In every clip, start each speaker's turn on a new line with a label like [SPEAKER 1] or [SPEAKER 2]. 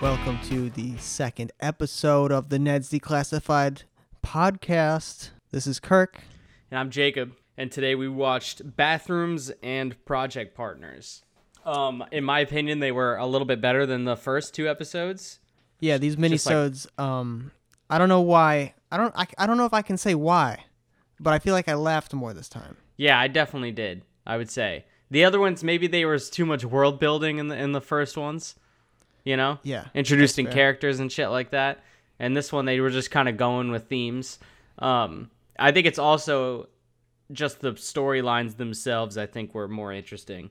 [SPEAKER 1] welcome to the second episode of the Ned's Declassified podcast. This is Kirk.
[SPEAKER 2] And I'm Jacob, and today we watched Bathrooms and Project Partners. Um, in my opinion, they were a little bit better than the first two episodes.
[SPEAKER 1] Yeah, these
[SPEAKER 2] Just like-
[SPEAKER 1] minisodes. um, I don't know why. I don't. I, I don't know if I can say why, but I feel like I laughed more this time.
[SPEAKER 2] Yeah, I definitely did. I would say the other ones maybe there was too much world building in the in the first ones. You know,
[SPEAKER 1] Yeah, that's
[SPEAKER 2] introducing
[SPEAKER 1] fair.
[SPEAKER 2] characters and shit like that. And this one they were just kind of going with themes. Um, I think it's also just the storylines themselves. I think were more interesting.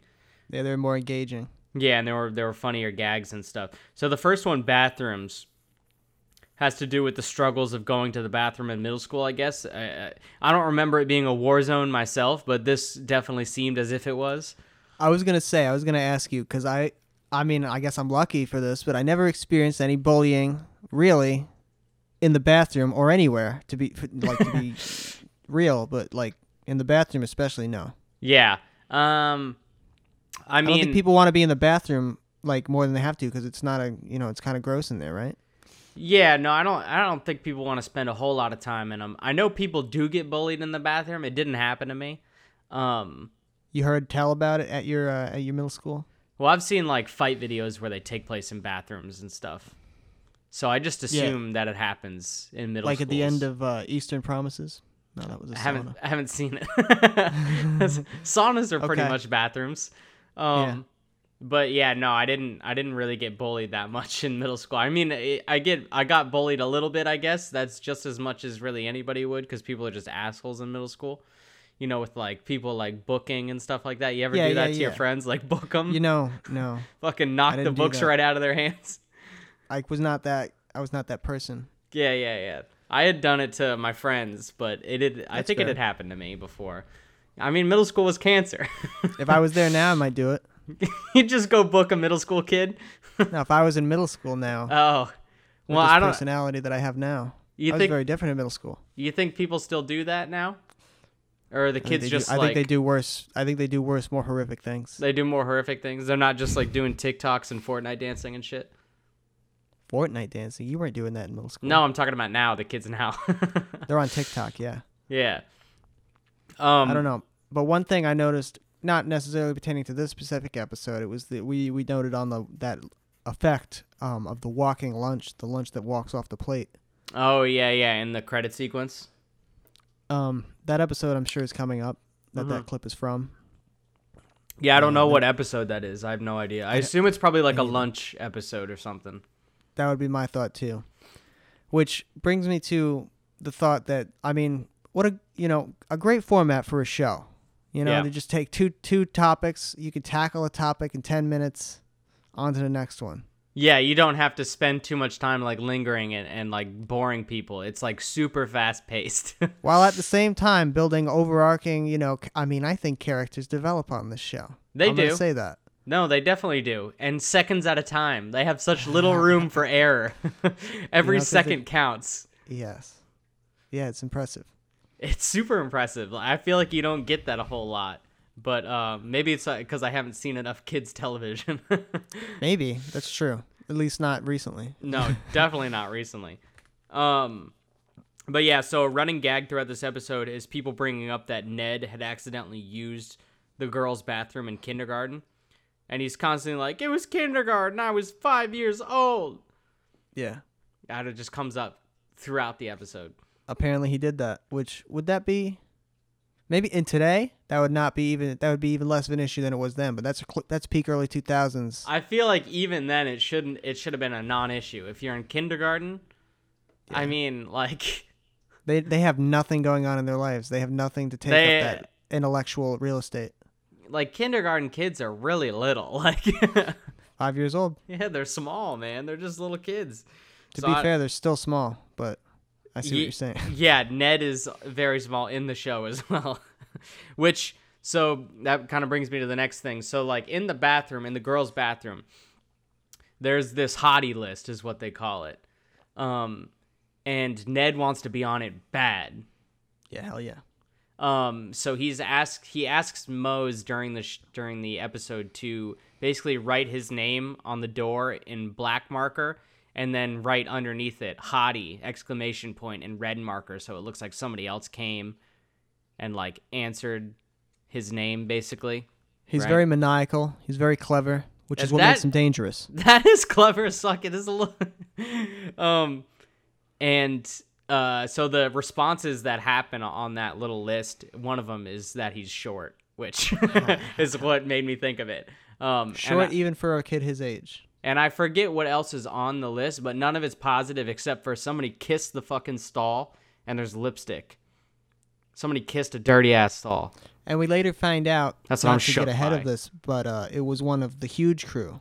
[SPEAKER 1] Yeah, they're more engaging.
[SPEAKER 2] Yeah, and there were there were funnier gags and stuff. So the first one, bathrooms, has to do with the struggles of going to the bathroom in middle school. I guess I, I I don't remember it being a war zone myself, but this definitely seemed as if it was.
[SPEAKER 1] I was gonna say. I was gonna ask you because I. I mean, I guess I'm lucky for this, but I never experienced any bullying really, in the bathroom or anywhere. To be like to be real, but like in the bathroom especially, no.
[SPEAKER 2] Yeah. Um, I
[SPEAKER 1] I don't
[SPEAKER 2] mean,
[SPEAKER 1] think people want to be in the bathroom like more than they have to because it's not a you know it's kind of gross in there, right?
[SPEAKER 2] yeah, no, I don't. I don't think people want to spend a whole lot of time in them. I know people do get bullied in the bathroom. It didn't happen to me. Um,
[SPEAKER 1] You heard tell about it at your uh, at your middle school.
[SPEAKER 2] Well, I've seen like fight videos where they take place in bathrooms and stuff. So I just assume that it happens in middle
[SPEAKER 1] like at the
[SPEAKER 2] schools.
[SPEAKER 1] end of uh, Eastern Promises. No, that was a
[SPEAKER 2] I haven't
[SPEAKER 1] sauna.
[SPEAKER 2] I haven't seen it. Saunas are pretty
[SPEAKER 1] Okay.
[SPEAKER 2] much bathrooms. Um but yeah, no, I didn't I didn't really get bullied that much in middle school. I mean, I I get I got bullied a little bit, I guess. That's just as much as really anybody would cuz people are just assholes in middle school. You know, with like people like booking and stuff like that. You ever
[SPEAKER 1] Yeah,
[SPEAKER 2] do that
[SPEAKER 1] yeah,
[SPEAKER 2] to
[SPEAKER 1] yeah.
[SPEAKER 2] your friends like book them?
[SPEAKER 1] You know, no,
[SPEAKER 2] fucking knock the
[SPEAKER 1] didn't do
[SPEAKER 2] books
[SPEAKER 1] that.
[SPEAKER 2] right out of their hands.
[SPEAKER 1] I was not that. I was not that person.
[SPEAKER 2] Yeah, yeah, yeah. I had done it to my friends, but it did. I
[SPEAKER 1] That's
[SPEAKER 2] think
[SPEAKER 1] fair.
[SPEAKER 2] it had happened to me before. I mean, middle school was cancer.
[SPEAKER 1] If I was there now, I might do it.
[SPEAKER 2] you just go book a middle school kid.
[SPEAKER 1] Now, if I was in middle school now,
[SPEAKER 2] Oh,
[SPEAKER 1] with
[SPEAKER 2] well,
[SPEAKER 1] this
[SPEAKER 2] I don't.
[SPEAKER 1] personality that I have now,
[SPEAKER 2] You
[SPEAKER 1] I was
[SPEAKER 2] think
[SPEAKER 1] very different in middle school.
[SPEAKER 2] you think people still do that now, or are the
[SPEAKER 1] I think
[SPEAKER 2] kids
[SPEAKER 1] they do-
[SPEAKER 2] just
[SPEAKER 1] I
[SPEAKER 2] like
[SPEAKER 1] think they do worse. I think they do worse, more horrific things.
[SPEAKER 2] they do more horrific things? They're not just like doing TikToks and Fortnite dancing and shit.
[SPEAKER 1] Fortnite dancing. You weren't doing that in middle school.
[SPEAKER 2] No, I'm talking about now. The kids now.
[SPEAKER 1] they're on TikTok. Yeah.
[SPEAKER 2] yeah. Um,
[SPEAKER 1] I don't know. But one thing I noticed, not necessarily pertaining to this specific episode, it was that we we noted on the that effect um, of the walking lunch, the lunch that walks off the plate.
[SPEAKER 2] Oh yeah, yeah. In the credit sequence.
[SPEAKER 1] Um, that episode I'm sure is coming up. That
[SPEAKER 2] Mm-hmm.
[SPEAKER 1] that clip is from.
[SPEAKER 2] Yeah, I don't know what episode that is. I have no idea. I assume it's probably like a lunch episode or something.
[SPEAKER 1] That would be my thought too. Which brings me to the thought that I mean, what a you know a great format for a show. You know,
[SPEAKER 2] Yeah.
[SPEAKER 1] they just take two two topics. You could tackle a topic in ten minutes. On to the next one.
[SPEAKER 2] Yeah, you don't have to spend too much time like lingering and, and like boring people. It's like super fast paced.
[SPEAKER 1] while at the same time building overarching, you know, c- I mean, I think characters develop on this show.
[SPEAKER 2] They
[SPEAKER 1] I'm gonna
[SPEAKER 2] do.
[SPEAKER 1] say that.
[SPEAKER 2] no, they definitely do. And seconds at a time. They have such little room for error.
[SPEAKER 1] You
[SPEAKER 2] Every
[SPEAKER 1] know, 'cause
[SPEAKER 2] second counts.
[SPEAKER 1] Yes. Yeah, it's impressive.
[SPEAKER 2] It's super impressive. I feel like you don't get that a whole lot. But uh, maybe it's because I haven't seen enough kids' television.
[SPEAKER 1] Maybe that's true. At least not recently.
[SPEAKER 2] No, definitely not recently. Um, but yeah, so a running gag throughout this episode is people bringing up that Ned had accidentally used the girls' bathroom in kindergarten, and he's constantly like, "It was kindergarten. I was five years old."
[SPEAKER 1] Yeah.
[SPEAKER 2] That it just comes up throughout the episode.
[SPEAKER 1] Apparently he did that. Which would that be? Maybe in today that would not be even that would be even less of an issue than it was then. But that's cl- that's peak early two thousands.
[SPEAKER 2] I feel like even then it shouldn't. It should have been a non-issue. If you're in kindergarten, I mean, like
[SPEAKER 1] They they have nothing going on in their lives. They have nothing to take
[SPEAKER 2] They-
[SPEAKER 1] up that intellectual real estate.
[SPEAKER 2] like kindergarten kids are really little. Like,
[SPEAKER 1] Five years old.
[SPEAKER 2] yeah, they're small, man. They're just little kids.
[SPEAKER 1] To
[SPEAKER 2] So
[SPEAKER 1] be
[SPEAKER 2] I-
[SPEAKER 1] fair, they're still small, but I see
[SPEAKER 2] Ye-
[SPEAKER 1] what you're saying.
[SPEAKER 2] yeah, Ned is very small in the show as well. Which so that kind of brings me to the next thing. So like in the bathroom, in the girls' bathroom, there's this hottie list is what they call it. Um and Ned wants to be on it bad.
[SPEAKER 1] Yeah, hell yeah.
[SPEAKER 2] Um, so he's asked he asks Mose during the sh- during the episode to basically write his name on the door in black marker and then right underneath it, hottie exclamation point in red marker, so it looks like somebody else came and like answered his name basically.
[SPEAKER 1] He's
[SPEAKER 2] Right.
[SPEAKER 1] very maniacal. He's very clever, which
[SPEAKER 2] And
[SPEAKER 1] is what
[SPEAKER 2] that-
[SPEAKER 1] makes him dangerous.
[SPEAKER 2] That is clever as fuck. It is a little. um, and uh, so the responses that happen on that little list, one of them is that he's short, which is what made me think of it. Um,
[SPEAKER 1] Short, e-
[SPEAKER 2] and I,
[SPEAKER 1] even for a kid his age.
[SPEAKER 2] and I forget what else is on the list, but none of it's positive except for somebody kissed the fucking stall and there's lipstick. Somebody kissed a dirty ass stall.
[SPEAKER 1] And we later find out
[SPEAKER 2] That's what
[SPEAKER 1] not
[SPEAKER 2] I'm
[SPEAKER 1] to
[SPEAKER 2] shook
[SPEAKER 1] get ahead
[SPEAKER 2] by.
[SPEAKER 1] of this, but uh, it was one of the huge crew,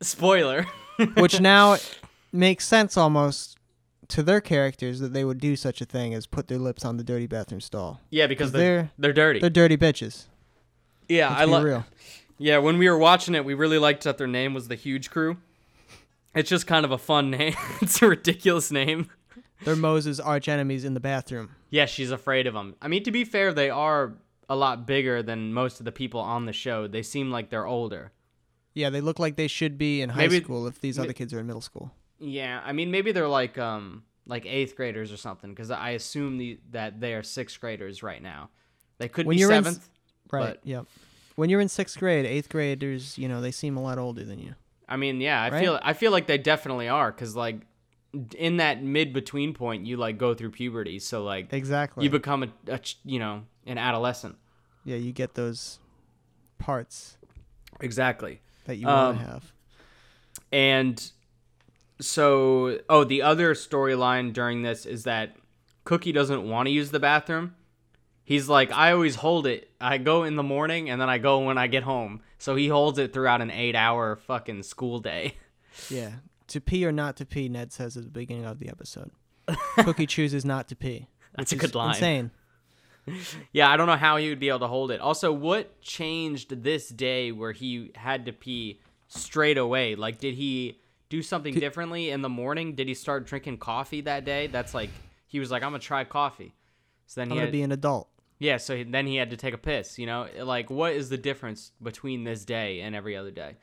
[SPEAKER 2] Spoiler.
[SPEAKER 1] which now makes sense almost to their characters that they would do such a thing as put their lips on the dirty bathroom stall.
[SPEAKER 2] yeah, because
[SPEAKER 1] 'Cause
[SPEAKER 2] they're
[SPEAKER 1] they're-
[SPEAKER 2] they're dirty.
[SPEAKER 1] They're dirty bitches.
[SPEAKER 2] yeah,
[SPEAKER 1] Let's
[SPEAKER 2] I
[SPEAKER 1] be
[SPEAKER 2] love.
[SPEAKER 1] real.
[SPEAKER 2] Yeah, when we were watching it, we really liked that their name was the Huge Crew. It's just kind of a fun name. it's a ridiculous name.
[SPEAKER 1] They're Moses' arch enemies in the bathroom.
[SPEAKER 2] Yeah, she's afraid of them. I mean, to be fair, they are a lot bigger than most of the people on the show. They seem like they're older.
[SPEAKER 1] Yeah, they look like they should be in high
[SPEAKER 2] Maybe-
[SPEAKER 1] school if these other kids are in middle school.
[SPEAKER 2] Yeah, I mean, maybe they're like um like eighth graders or something. Because I assume the, that they are sixth graders right now. They could
[SPEAKER 1] When
[SPEAKER 2] be
[SPEAKER 1] you're in
[SPEAKER 2] seventh.
[SPEAKER 1] Right.
[SPEAKER 2] But-
[SPEAKER 1] yep. When you're in sixth grade, eighth graders, you know, they seem a lot older than you.
[SPEAKER 2] I mean, yeah, I
[SPEAKER 1] Right?
[SPEAKER 2] feel I feel like they definitely are. Because like d- in that mid between point, you like go through puberty. So like
[SPEAKER 1] Exactly.
[SPEAKER 2] you become a, a ch- you know an adolescent
[SPEAKER 1] yeah, you get those parts
[SPEAKER 2] exactly
[SPEAKER 1] that you want
[SPEAKER 2] Um,
[SPEAKER 1] to have.
[SPEAKER 2] and so oh the other storyline during this is that cookie doesn't want to use the bathroom he's like i always hold it i go in the morning and then i go when i get home so he holds it throughout an eight hour fucking school day
[SPEAKER 1] Yeah. To pee or not to pee, Ned says at the beginning of the episode. Cookie chooses not to pee.
[SPEAKER 2] that's
[SPEAKER 1] which
[SPEAKER 2] a
[SPEAKER 1] is
[SPEAKER 2] good line
[SPEAKER 1] Insane.
[SPEAKER 2] yeah i don't know how he would be able to hold it also what changed this day where he had to pee straight away like did he do something differently in the morning did he start drinking coffee that day that's like he was like i'm gonna try coffee so then
[SPEAKER 1] I'm
[SPEAKER 2] he
[SPEAKER 1] gonna
[SPEAKER 2] had,
[SPEAKER 1] be an adult.
[SPEAKER 2] yeah so he- then he had to take a piss you know like what is the difference between this day and every other day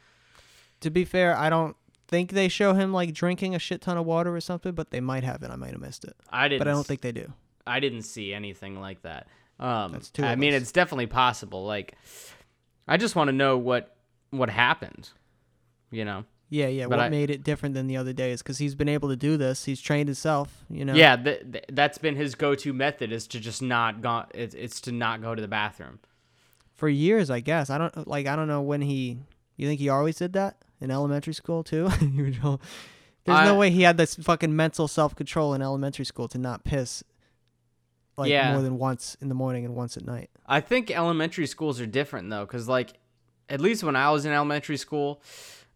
[SPEAKER 1] To be fair, I don't think they show him like drinking a shit ton of water or something, but they might have it. I might have missed it,
[SPEAKER 2] i didn't
[SPEAKER 1] but I don't
[SPEAKER 2] s-
[SPEAKER 1] think they do.
[SPEAKER 2] I didn't see anything like that. Um,
[SPEAKER 1] That's two
[SPEAKER 2] I
[SPEAKER 1] of
[SPEAKER 2] mean,
[SPEAKER 1] us.
[SPEAKER 2] it's definitely possible. Like, I just want to know what what happened. You know?
[SPEAKER 1] Yeah, yeah.
[SPEAKER 2] But
[SPEAKER 1] what
[SPEAKER 2] I-
[SPEAKER 1] made it different than the other day is because he's been able to do this. He's trained himself. You know.
[SPEAKER 2] Yeah, th- th- that's been his go-to method is to just not go. It's, it's to not go to the bathroom.
[SPEAKER 1] For years, I guess. I don't like. I don't know when he. You think he always did that in elementary school too? He would go- There's
[SPEAKER 2] I-
[SPEAKER 1] no way he had this fucking mental self control in elementary school to not piss. Like
[SPEAKER 2] Yeah.
[SPEAKER 1] more than once in the morning and once at night.
[SPEAKER 2] I think elementary schools are different though, because like, at least when I was in elementary school,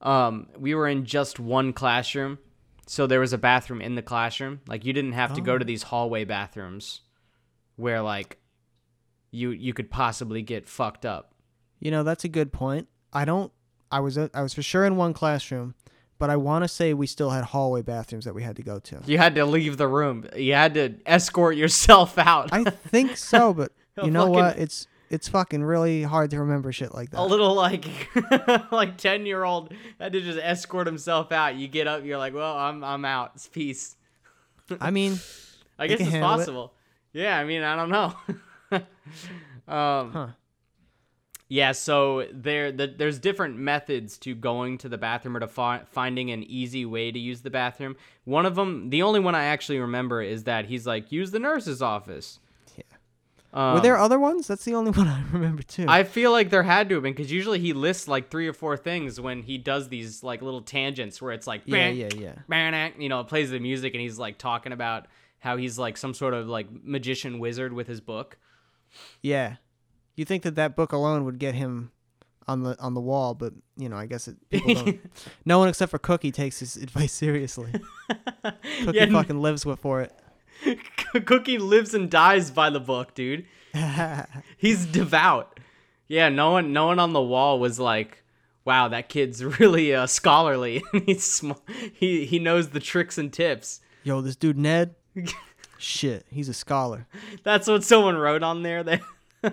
[SPEAKER 2] um, we were in just one classroom, so there was a bathroom in the classroom. Like, you didn't have to go
[SPEAKER 1] Oh.
[SPEAKER 2] to these hallway bathrooms, where like, you you could possibly get fucked up.
[SPEAKER 1] You know, that's a good point. I don't. I was I was for sure in one classroom, but I want to say we still had hallway bathrooms that we had to go to.
[SPEAKER 2] You had to leave the room. You had to escort yourself out.
[SPEAKER 1] I think so, but
[SPEAKER 2] A
[SPEAKER 1] you know what?
[SPEAKER 2] fucking-
[SPEAKER 1] It's it's fucking really hard to remember shit like
[SPEAKER 2] a
[SPEAKER 1] that.
[SPEAKER 2] little like like 10 year old had to just escort himself out you get up you're like well i'm i'm out it's peace
[SPEAKER 1] I mean, They
[SPEAKER 2] I guess
[SPEAKER 1] can
[SPEAKER 2] it's
[SPEAKER 1] handle it.
[SPEAKER 2] possible. Yeah, I mean, I don't know. um,
[SPEAKER 1] Huh.
[SPEAKER 2] Yeah, so there, the, there's different methods to going to the bathroom or to fi- finding an easy way to use the bathroom. One of them, the only one I actually remember, is that he's like, use the nurse's office.
[SPEAKER 1] Yeah.
[SPEAKER 2] Um,
[SPEAKER 1] were there other ones? That's the only one I remember too.
[SPEAKER 2] I feel like there had to have been because usually he lists like three or four things when he does these like little tangents where it's like,
[SPEAKER 1] yeah,
[SPEAKER 2] "Bah,
[SPEAKER 1] yeah, yeah.
[SPEAKER 2] Baronet, you know, plays the music and he's like talking about how he's like some sort of like magician wizard with his book.
[SPEAKER 1] Yeah. You think that that book alone would get him on the on the wall, but you know, I guess it, people don't. no one except for Cookie takes his advice seriously. Cookie
[SPEAKER 2] yeah,
[SPEAKER 1] fucking lives with for it.
[SPEAKER 2] Cookie lives and dies by the book, dude. He's devout. Yeah, no one no one on the wall was like, "Wow, that kid's really uh, scholarly. he's sm- he he knows the tricks and tips."
[SPEAKER 1] Yo, this dude Ned. Shit, he's a scholar.
[SPEAKER 2] That's what someone wrote on there. They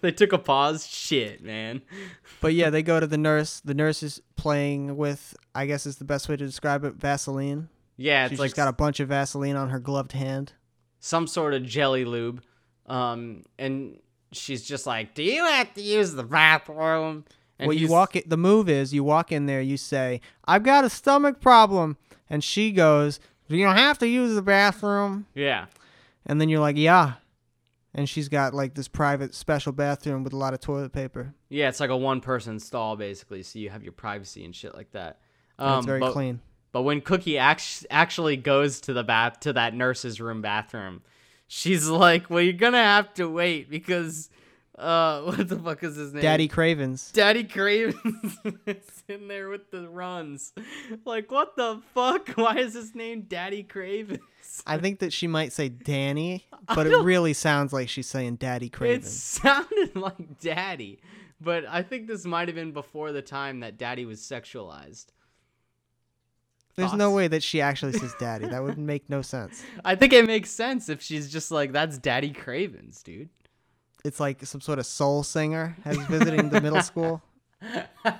[SPEAKER 2] they took a pause. Shit, man.
[SPEAKER 1] But yeah, they go to the nurse. The nurse is playing with, I guess is the best way to describe it, Vaseline.
[SPEAKER 2] Yeah, it's
[SPEAKER 1] She's
[SPEAKER 2] like
[SPEAKER 1] just got a bunch of Vaseline on her gloved hand.
[SPEAKER 2] some sort of jelly lube. Um, and she's just like, "Do you have to use the bathroom?" And
[SPEAKER 1] well, you
[SPEAKER 2] he's-
[SPEAKER 1] walk. It, the move is you walk in there. You say, "I've got a stomach problem," and she goes, "Do you have to use the bathroom?"
[SPEAKER 2] Yeah,
[SPEAKER 1] And then you're like, "Yeah," and she's got like this private special bathroom with a lot of toilet paper.
[SPEAKER 2] yeah, it's like a one-person stall basically, so you have your privacy and shit like that.
[SPEAKER 1] and
[SPEAKER 2] Um,
[SPEAKER 1] it's very
[SPEAKER 2] but,
[SPEAKER 1] clean.
[SPEAKER 2] But when Cookie act- actually goes to the bath to that nurse's room bathroom, she's like, "Well, you're gonna have to wait because, uh, what the fuck is his name?
[SPEAKER 1] Daddy Cravens.
[SPEAKER 2] Daddy Cravens is in there with the runs. Like, what the fuck? Why is his name Daddy Cravens?
[SPEAKER 1] I think that she might say Danny, but it
[SPEAKER 2] don't-
[SPEAKER 1] really sounds like she's saying Daddy
[SPEAKER 2] It
[SPEAKER 1] Cravens.
[SPEAKER 2] sounded like Daddy, but I think this might have been before the time that Daddy was sexualized.
[SPEAKER 1] There's no
[SPEAKER 2] thoughts?
[SPEAKER 1] way that she actually says Daddy. That would make no sense.
[SPEAKER 2] I think it makes sense if she's just like, "That's Daddy Cravens, dude."
[SPEAKER 1] It's like some sort of soul singer has visiting the middle school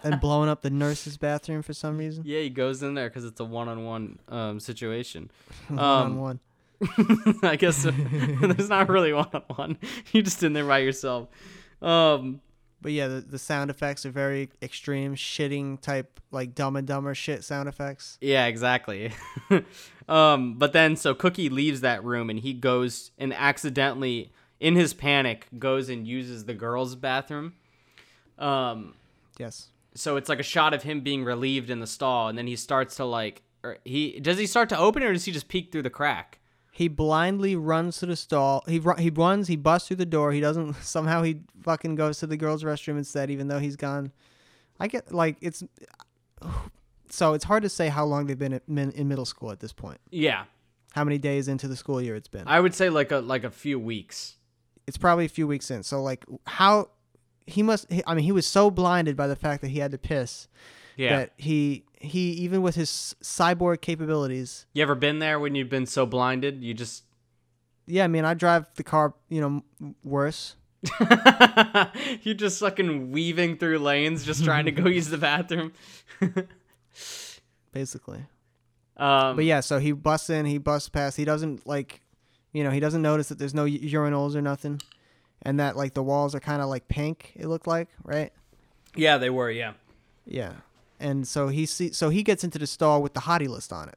[SPEAKER 1] and blowing up the nurse's bathroom for some reason.
[SPEAKER 2] Yeah, he goes in there because it's a one-on-one um, situation.
[SPEAKER 1] Mm-hmm. one on
[SPEAKER 2] Um,
[SPEAKER 1] one.
[SPEAKER 2] I guess there's not really one-on-one. You're just in there by yourself. Um,
[SPEAKER 1] But yeah, the, the sound effects are very extreme, shitting type, like dumb and dumber shit sound effects.
[SPEAKER 2] Yeah, exactly. um, but then so Cookie leaves that room and he goes and accidentally, in his panic, goes and uses the girls' bathroom. Um,
[SPEAKER 1] Yes.
[SPEAKER 2] so it's like a shot of him being relieved in the stall, and then he starts to like, or he does he start to open it or does he just peek through the crack?
[SPEAKER 1] He blindly runs to the stall. He ru- he runs. He busts through the door. He doesn't. Somehow he fucking goes to the girls' restroom instead, even though he's gone. I get like it's. So it's hard to say how long they've been at, min- in middle school at this point.
[SPEAKER 2] Yeah,
[SPEAKER 1] How many days into the school year it's been?
[SPEAKER 2] I would say like a like a few weeks.
[SPEAKER 1] it's probably a few weeks in. So like how he must. He, I mean, he was so blinded by the fact that he had to piss
[SPEAKER 2] Yeah,
[SPEAKER 1] that he he even with his cyborg capabilities.
[SPEAKER 2] you ever been there when you've been so blinded you just
[SPEAKER 1] Yeah, I mean, I drive the car, you know, m- worse.
[SPEAKER 2] you're just fucking weaving through lanes just trying to go use the bathroom.
[SPEAKER 1] Basically.
[SPEAKER 2] Um,
[SPEAKER 1] But yeah, so he busts in, he busts past. He doesn't like, you know, he doesn't notice that there's no u- urinals or nothing, and that like the walls are kind of like pink. It looked like, right?
[SPEAKER 2] yeah, they were. Yeah,
[SPEAKER 1] Yeah. And so he see, so he gets into the stall with the hottie list on it.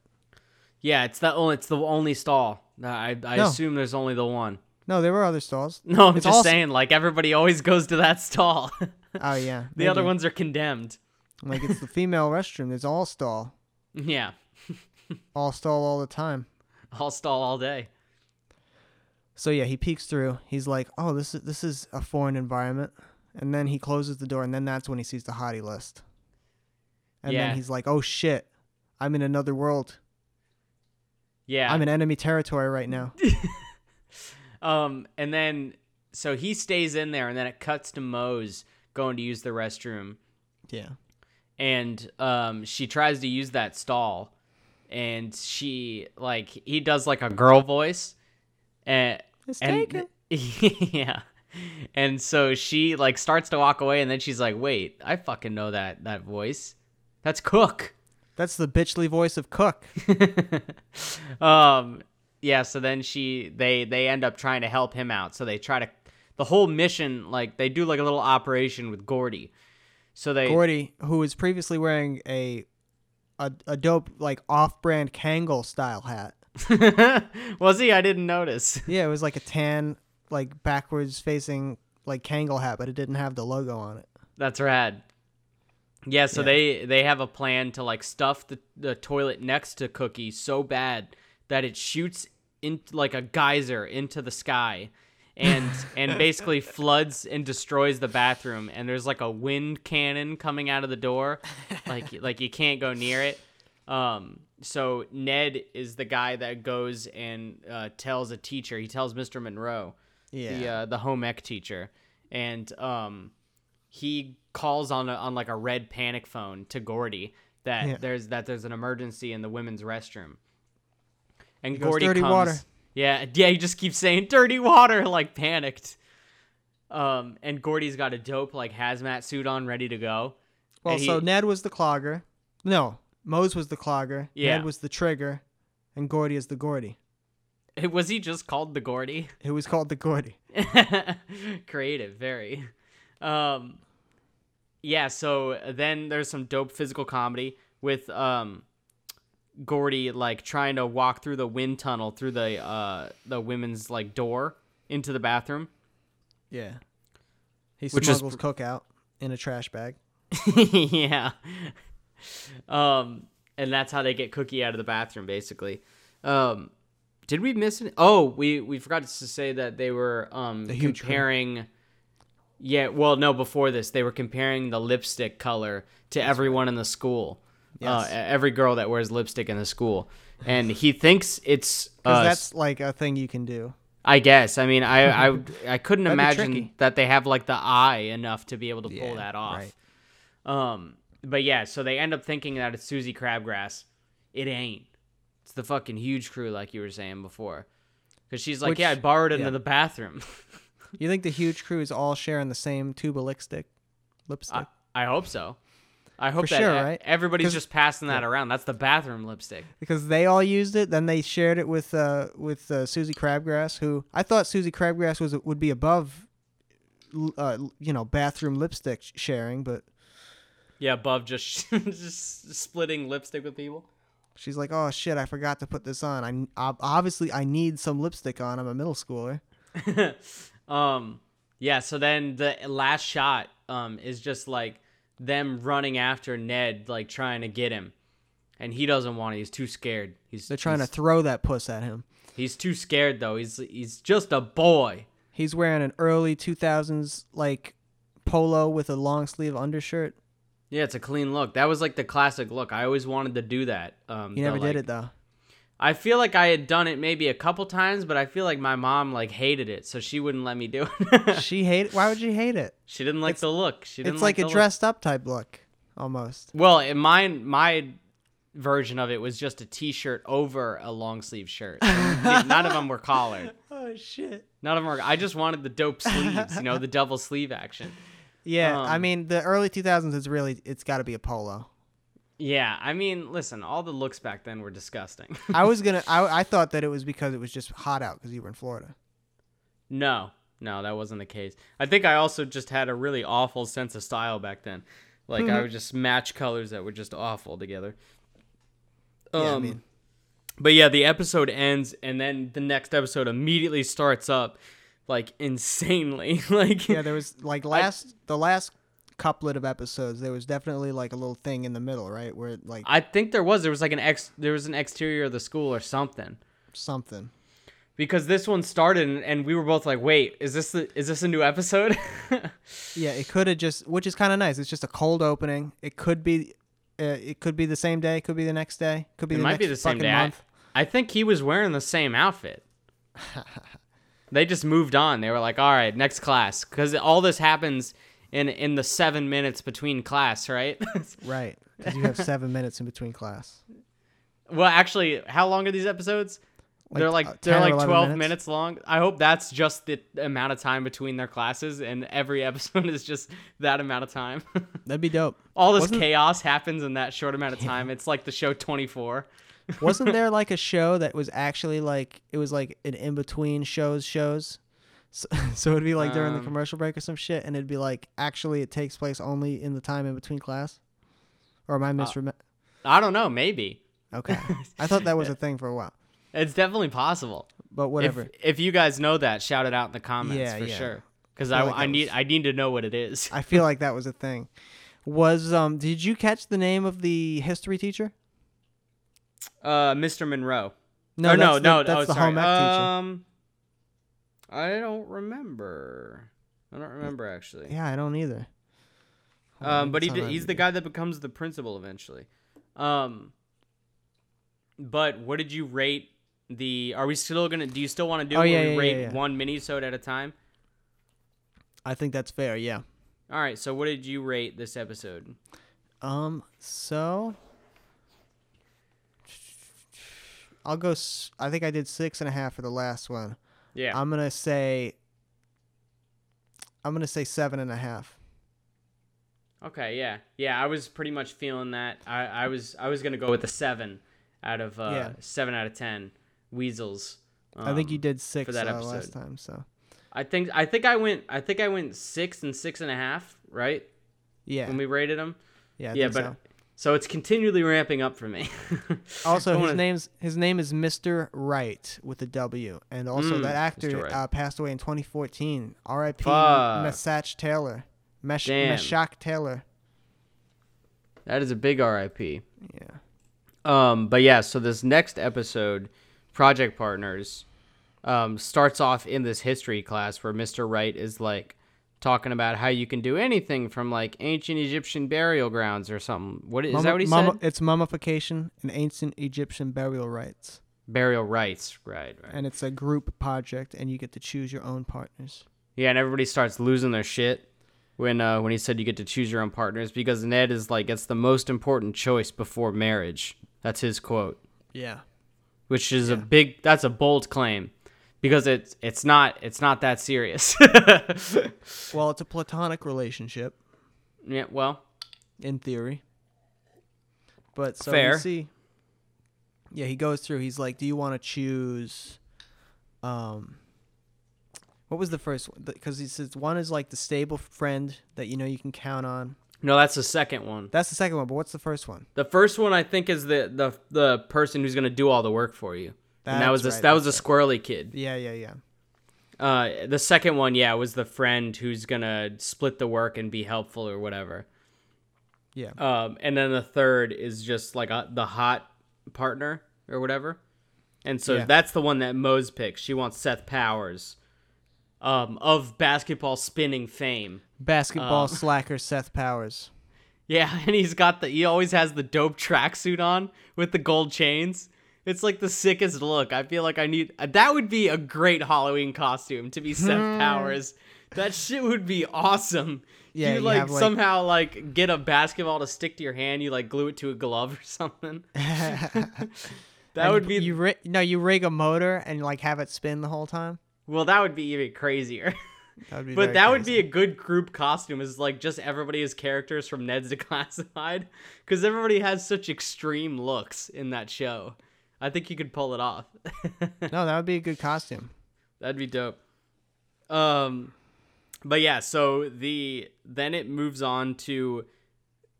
[SPEAKER 2] yeah. It's the only. It's the only stall. Uh, I, I
[SPEAKER 1] No.
[SPEAKER 2] assume there's only the one.
[SPEAKER 1] No, there were other stalls.
[SPEAKER 2] No, I'm
[SPEAKER 1] It's
[SPEAKER 2] just
[SPEAKER 1] also-
[SPEAKER 2] saying. Like everybody always goes to that stall. the
[SPEAKER 1] Oh yeah,
[SPEAKER 2] other
[SPEAKER 1] maybe.
[SPEAKER 2] ones are condemned.
[SPEAKER 1] Like it's the female restroom. There's all stall,
[SPEAKER 2] Yeah,
[SPEAKER 1] all stall all the time.
[SPEAKER 2] all stall all day.
[SPEAKER 1] So yeah, he peeks through. He's like, oh, this is this is a foreign environment. And then he closes the door, and then that's when he sees the hottie list. And
[SPEAKER 2] Yeah.
[SPEAKER 1] then he's like, oh shit, I'm in another world.
[SPEAKER 2] Yeah.
[SPEAKER 1] I'm in enemy territory right now.
[SPEAKER 2] Um, and then so he stays in there, and then it cuts to Mose going to use the restroom,
[SPEAKER 1] Yeah.
[SPEAKER 2] and um, she tries to use that stall, and she like he does like a girl voice, and
[SPEAKER 1] It's
[SPEAKER 2] and
[SPEAKER 1] taken.
[SPEAKER 2] yeah, and so she like starts to walk away, and then she's like, "Wait, I fucking know that that voice. That's Cook."
[SPEAKER 1] That's the bitchly voice of Cook.
[SPEAKER 2] um yeah so then she they they end up trying to help him out so they try to the whole mission like they do like a little operation with gordy so they
[SPEAKER 1] Gordy, who was previously wearing a a, a dope like off-brand Kangol style hat.
[SPEAKER 2] was he i didn't notice
[SPEAKER 1] Yeah, it was like a tan, like backwards facing like Kangol hat, but it didn't have the logo on it.
[SPEAKER 2] that's rad yeah so they they have a plan to like stuff the, the toilet next to cookie so bad that it shoots in like a geyser into the sky and and basically floods and destroys the bathroom and there's like a wind cannon coming out of the door like like you can't go near it um so ned is the guy that goes and uh, tells a teacher he tells mr monroe the
[SPEAKER 1] Yeah.
[SPEAKER 2] uh, the home ec teacher and um he calls on a, on like a red panic phone to gordy that
[SPEAKER 1] Yeah.
[SPEAKER 2] there's that there's an emergency in the women's restroom and
[SPEAKER 1] goes,
[SPEAKER 2] gordy
[SPEAKER 1] "Dirty
[SPEAKER 2] comes
[SPEAKER 1] water."
[SPEAKER 2] yeah yeah he just keeps saying dirty water like panicked Um, and Gordy's got a dope like hazmat suit on, ready to go.
[SPEAKER 1] Well,
[SPEAKER 2] And he-
[SPEAKER 1] so Ned was the clogger. No, Mose was the clogger.
[SPEAKER 2] Yeah.
[SPEAKER 1] Ned was the trigger, and Gordy is the Gordy.
[SPEAKER 2] was he just called the Gordy?
[SPEAKER 1] It was called the Gordy.
[SPEAKER 2] Creative, very. Um, yeah. So then there's some dope physical comedy with um, Gordy like trying to walk through the wind tunnel through the uh the women's like door into the bathroom.
[SPEAKER 1] Yeah. He
[SPEAKER 2] Which is-
[SPEAKER 1] smuggles cook out in a trash bag.
[SPEAKER 2] yeah. Um, and that's how they get Cookie out of the bathroom, basically. Um, did we miss it? Oh, we we forgot to say that they were um
[SPEAKER 1] The huge hoop.
[SPEAKER 2] comparing. Yeah, well, no, before this, they were comparing the lipstick color to everyone in the school. Uh,
[SPEAKER 1] Yes.
[SPEAKER 2] every girl that wears lipstick in the school, and he thinks it's.
[SPEAKER 1] Because
[SPEAKER 2] Uh,
[SPEAKER 1] that's like a thing you can do.
[SPEAKER 2] I guess. I mean, I I, I couldn't
[SPEAKER 1] That'd be
[SPEAKER 2] imagine
[SPEAKER 1] tricky.
[SPEAKER 2] that they have like the eye enough to be able to pull
[SPEAKER 1] Yeah,
[SPEAKER 2] that off.
[SPEAKER 1] right.
[SPEAKER 2] Um, but yeah, so they end up thinking that it's Susie Crabgrass. It ain't. It's the fucking huge crew, like you were saying before. Because she's like,
[SPEAKER 1] Which-
[SPEAKER 2] yeah, I borrowed it
[SPEAKER 1] yeah.
[SPEAKER 2] into the bathroom.
[SPEAKER 1] You think the huge crew is all sharing the same tube of lipstick? Lipstick.
[SPEAKER 2] I, I hope so. I hope
[SPEAKER 1] For
[SPEAKER 2] that
[SPEAKER 1] sure,
[SPEAKER 2] e-
[SPEAKER 1] right?
[SPEAKER 2] everybody's
[SPEAKER 1] 'Cause-
[SPEAKER 2] just passing that around. That's the bathroom lipstick.
[SPEAKER 1] because they all used it. Then they shared it with uh, with uh, Susie Crabgrass, who I thought Susie Crabgrass was would be above, l- uh, l- you know, bathroom lipstick sh- sharing, but
[SPEAKER 2] Yeah, above just, just splitting lipstick with people.
[SPEAKER 1] she's like, oh shit, I forgot to put this on. I n- ob- obviously I need some lipstick on. I'm a middle schooler.
[SPEAKER 2] um yeah so then the last shot um is just like them running after ned like trying to get him and he doesn't want it he's too scared he's
[SPEAKER 1] They're trying
[SPEAKER 2] he's,
[SPEAKER 1] to throw that puss at him.
[SPEAKER 2] he's too scared though he's he's just a boy
[SPEAKER 1] He's wearing an early 2000s like polo with a long sleeve undershirt.
[SPEAKER 2] yeah it's a clean look that was like the classic look i always wanted to do that um
[SPEAKER 1] You
[SPEAKER 2] the,
[SPEAKER 1] never
[SPEAKER 2] like-
[SPEAKER 1] did it though.
[SPEAKER 2] i feel like i had done it maybe a couple times but i feel like my mom like hated it so she wouldn't let me do it
[SPEAKER 1] She hate. Why would you hate it?
[SPEAKER 2] she didn't like the look she didn't
[SPEAKER 1] It's like
[SPEAKER 2] the
[SPEAKER 1] a
[SPEAKER 2] look.
[SPEAKER 1] dressed up type look, almost.
[SPEAKER 2] Well, in mine, my version of it was just a t-shirt over a long sleeve shirt. None of them were collared.
[SPEAKER 1] Oh shit.
[SPEAKER 2] None of them were. I just wanted the dope sleeves, you know, the double sleeve action.
[SPEAKER 1] Yeah, I
[SPEAKER 2] Um,
[SPEAKER 1] mean the early 2000s is really it's got to be a polo.
[SPEAKER 2] Yeah, I mean, listen, all the looks back then were disgusting.
[SPEAKER 1] I was gonna I, I thought that it was because it was just hot out because you were in Florida.
[SPEAKER 2] no, no, that wasn't the case. I think I also just had a really awful sense of style back then. Like
[SPEAKER 1] Mm-hmm.
[SPEAKER 2] I would just match colors that were just awful together. Um,
[SPEAKER 1] Yeah, I mean-
[SPEAKER 2] But yeah, the episode ends, and then the next episode immediately starts up, like insanely. like
[SPEAKER 1] Yeah, there was like last the last couplet of episodes there was definitely like a little thing in the middle right where it, like
[SPEAKER 2] I think there was there was like an ex there was an exterior of the school or something
[SPEAKER 1] something.
[SPEAKER 2] because this one started and, and we were both like, wait, is this the, is this a new episode?
[SPEAKER 1] Yeah, it could have just which is kind of nice. It's just a cold opening. It could be uh, it could be the same day, could be the next day, could be
[SPEAKER 2] it
[SPEAKER 1] the next
[SPEAKER 2] might be the same
[SPEAKER 1] fucking
[SPEAKER 2] day. I-
[SPEAKER 1] month.
[SPEAKER 2] I think he was wearing the same outfit. they just moved on. They were like, all right, next class, because all this happens in in the seven minutes between class, right?
[SPEAKER 1] Right. Cuz you have 7 minutes in between class.
[SPEAKER 2] Well, actually, how long are these episodes? they're like
[SPEAKER 1] uh, 10
[SPEAKER 2] they're
[SPEAKER 1] or
[SPEAKER 2] like
[SPEAKER 1] 11
[SPEAKER 2] 12 minutes.
[SPEAKER 1] minutes.
[SPEAKER 2] long. I hope that's just the amount of time between their classes and every episode is just that amount of time.
[SPEAKER 1] That'd be dope.
[SPEAKER 2] All this
[SPEAKER 1] Wasn't-
[SPEAKER 2] chaos happens in that short amount of time. It's like the show 24.
[SPEAKER 1] Wasn't there like a show that was actually like it was like an in between shows shows? So, so it'd be like during the
[SPEAKER 2] Um,
[SPEAKER 1] commercial break or some shit, and it'd be like actually it takes place only in the time in between class. Or am I misremembering?
[SPEAKER 2] I don't know, maybe.
[SPEAKER 1] okay, I thought that was a thing for a while,
[SPEAKER 2] It's definitely possible.
[SPEAKER 1] but whatever.
[SPEAKER 2] If, if you guys know that, shout it out in the comments
[SPEAKER 1] Yeah,
[SPEAKER 2] for
[SPEAKER 1] yeah.
[SPEAKER 2] sure. Because
[SPEAKER 1] I
[SPEAKER 2] I,
[SPEAKER 1] feel like
[SPEAKER 2] I
[SPEAKER 1] that
[SPEAKER 2] need
[SPEAKER 1] was-
[SPEAKER 2] I need to know what it is.
[SPEAKER 1] I feel like that was a thing. Was um? Did you catch the name of the history teacher?
[SPEAKER 2] Uh, Mr. Monroe.
[SPEAKER 1] No,
[SPEAKER 2] Oh, no,
[SPEAKER 1] that's the-
[SPEAKER 2] no,
[SPEAKER 1] that's
[SPEAKER 2] oh,
[SPEAKER 1] the
[SPEAKER 2] sorry.
[SPEAKER 1] home ec teacher.
[SPEAKER 2] um, I don't remember. I don't remember actually.
[SPEAKER 1] Yeah, I don't either. Hold on,
[SPEAKER 2] Um, but he
[SPEAKER 1] it's on
[SPEAKER 2] d- he's the
[SPEAKER 1] IMDb.
[SPEAKER 2] guy that becomes the principal eventually. Um, but what did you rate the? Are we still gonna? Do you still want to do?
[SPEAKER 1] Oh,
[SPEAKER 2] where
[SPEAKER 1] yeah,
[SPEAKER 2] we
[SPEAKER 1] yeah, yeah,
[SPEAKER 2] rate
[SPEAKER 1] yeah.
[SPEAKER 2] one minisode at a time.
[SPEAKER 1] I think that's fair. Yeah.
[SPEAKER 2] All right. So what did you rate this episode?
[SPEAKER 1] Um, so I'll go. s- I think I did six and a half for the last one.
[SPEAKER 2] Yeah.
[SPEAKER 1] I'm gonna say I'm gonna say seven and a half.
[SPEAKER 2] Okay, yeah, yeah. I was pretty much feeling that. I, I was I was gonna go with a seven out of uh,
[SPEAKER 1] Yeah.
[SPEAKER 2] seven out of ten weasels.
[SPEAKER 1] I think
[SPEAKER 2] um,
[SPEAKER 1] you did six
[SPEAKER 2] that
[SPEAKER 1] uh, last
[SPEAKER 2] episode.
[SPEAKER 1] time, so
[SPEAKER 2] I think I think I went I think I went six and six and a half right
[SPEAKER 1] yeah,
[SPEAKER 2] when we rated them.
[SPEAKER 1] yeah, I
[SPEAKER 2] yeah,
[SPEAKER 1] think
[SPEAKER 2] but
[SPEAKER 1] so.
[SPEAKER 2] so. it's continually ramping up for me.
[SPEAKER 1] Also,
[SPEAKER 2] I
[SPEAKER 1] his
[SPEAKER 2] wanna-
[SPEAKER 1] name's his name is Mr. Wright with a W, and also
[SPEAKER 2] Mm,
[SPEAKER 1] that
[SPEAKER 2] Mr.
[SPEAKER 1] actor
[SPEAKER 2] Wright.
[SPEAKER 1] uh, passed away in 2014. R.I.P.
[SPEAKER 2] Fuck.
[SPEAKER 1] Mesach Taylor, Mesh-
[SPEAKER 2] Damn.
[SPEAKER 1] Meshach Taylor.
[SPEAKER 2] that is a big RIP.
[SPEAKER 1] Yeah,
[SPEAKER 2] Um, but yeah, so this next episode, Project Partners, um, starts off in this history class where Mr. Wright is like talking about how you can do anything from like ancient Egyptian burial grounds or something. What is
[SPEAKER 1] Mummi-
[SPEAKER 2] that? What he
[SPEAKER 1] mummi-
[SPEAKER 2] said?
[SPEAKER 1] It's mummification and ancient Egyptian burial rites,
[SPEAKER 2] Burial rites, right? Right.
[SPEAKER 1] and it's a group project, and you get to choose your own partners.
[SPEAKER 2] Yeah, and everybody starts losing their shit when uh, when he said you get to choose your own partners because Ned is like it's the most important choice before marriage. That's his quote.
[SPEAKER 1] Yeah,
[SPEAKER 2] which is a big that's a bold claim because it's it's not it's not that serious
[SPEAKER 1] well, it's a platonic relationship
[SPEAKER 2] yeah well
[SPEAKER 1] in theory, but so
[SPEAKER 2] Fair.
[SPEAKER 1] you see, yeah, he goes through. He's like, "Do you want to choose?" Um, what was the first one? Because he says one is like the stable friend that you know you can count on.
[SPEAKER 2] no that's the second one
[SPEAKER 1] That's the second one, but what's the first one?
[SPEAKER 2] the first one i think is the the, the person who's going to do all the work for you and that
[SPEAKER 1] That's
[SPEAKER 2] was a,
[SPEAKER 1] right,
[SPEAKER 2] that was a squirrely kid
[SPEAKER 1] Yeah, yeah, yeah.
[SPEAKER 2] uh the second one yeah was the friend who's going to split the work and be helpful or whatever
[SPEAKER 1] Yeah.
[SPEAKER 2] um and then the third is just like a, the hot partner or whatever and so
[SPEAKER 1] Yeah.
[SPEAKER 2] that's the one that Mose picks she wants Seth Powers um of basketball spinning fame
[SPEAKER 1] Basketball
[SPEAKER 2] Um,
[SPEAKER 1] slacker Seth Powers.
[SPEAKER 2] Yeah, and he's got the he always has the dope tracksuit on with the gold chains. It's like the sickest look. I feel like I need that would be a great Halloween costume to be
[SPEAKER 1] Hmm.
[SPEAKER 2] Seth Powers. That shit would be awesome.
[SPEAKER 1] Yeah,
[SPEAKER 2] you
[SPEAKER 1] you
[SPEAKER 2] like,
[SPEAKER 1] have, like-
[SPEAKER 2] somehow like get a basketball to stick to your hand. You like glue it to a glove or something. That
[SPEAKER 1] And
[SPEAKER 2] would be
[SPEAKER 1] you. Ri- no, you rig a motor and like have it spin the whole time.
[SPEAKER 2] well. That would be even crazier.
[SPEAKER 1] That would be
[SPEAKER 2] But
[SPEAKER 1] very
[SPEAKER 2] that would
[SPEAKER 1] crazy.
[SPEAKER 2] be a good group costume. Is like just everybody as characters from Ned's Declassified, because everybody has such extreme looks in that show. I think you could pull it off.
[SPEAKER 1] no, that would be a good costume.
[SPEAKER 2] That'd be dope. Um, but yeah. So the then it moves on to,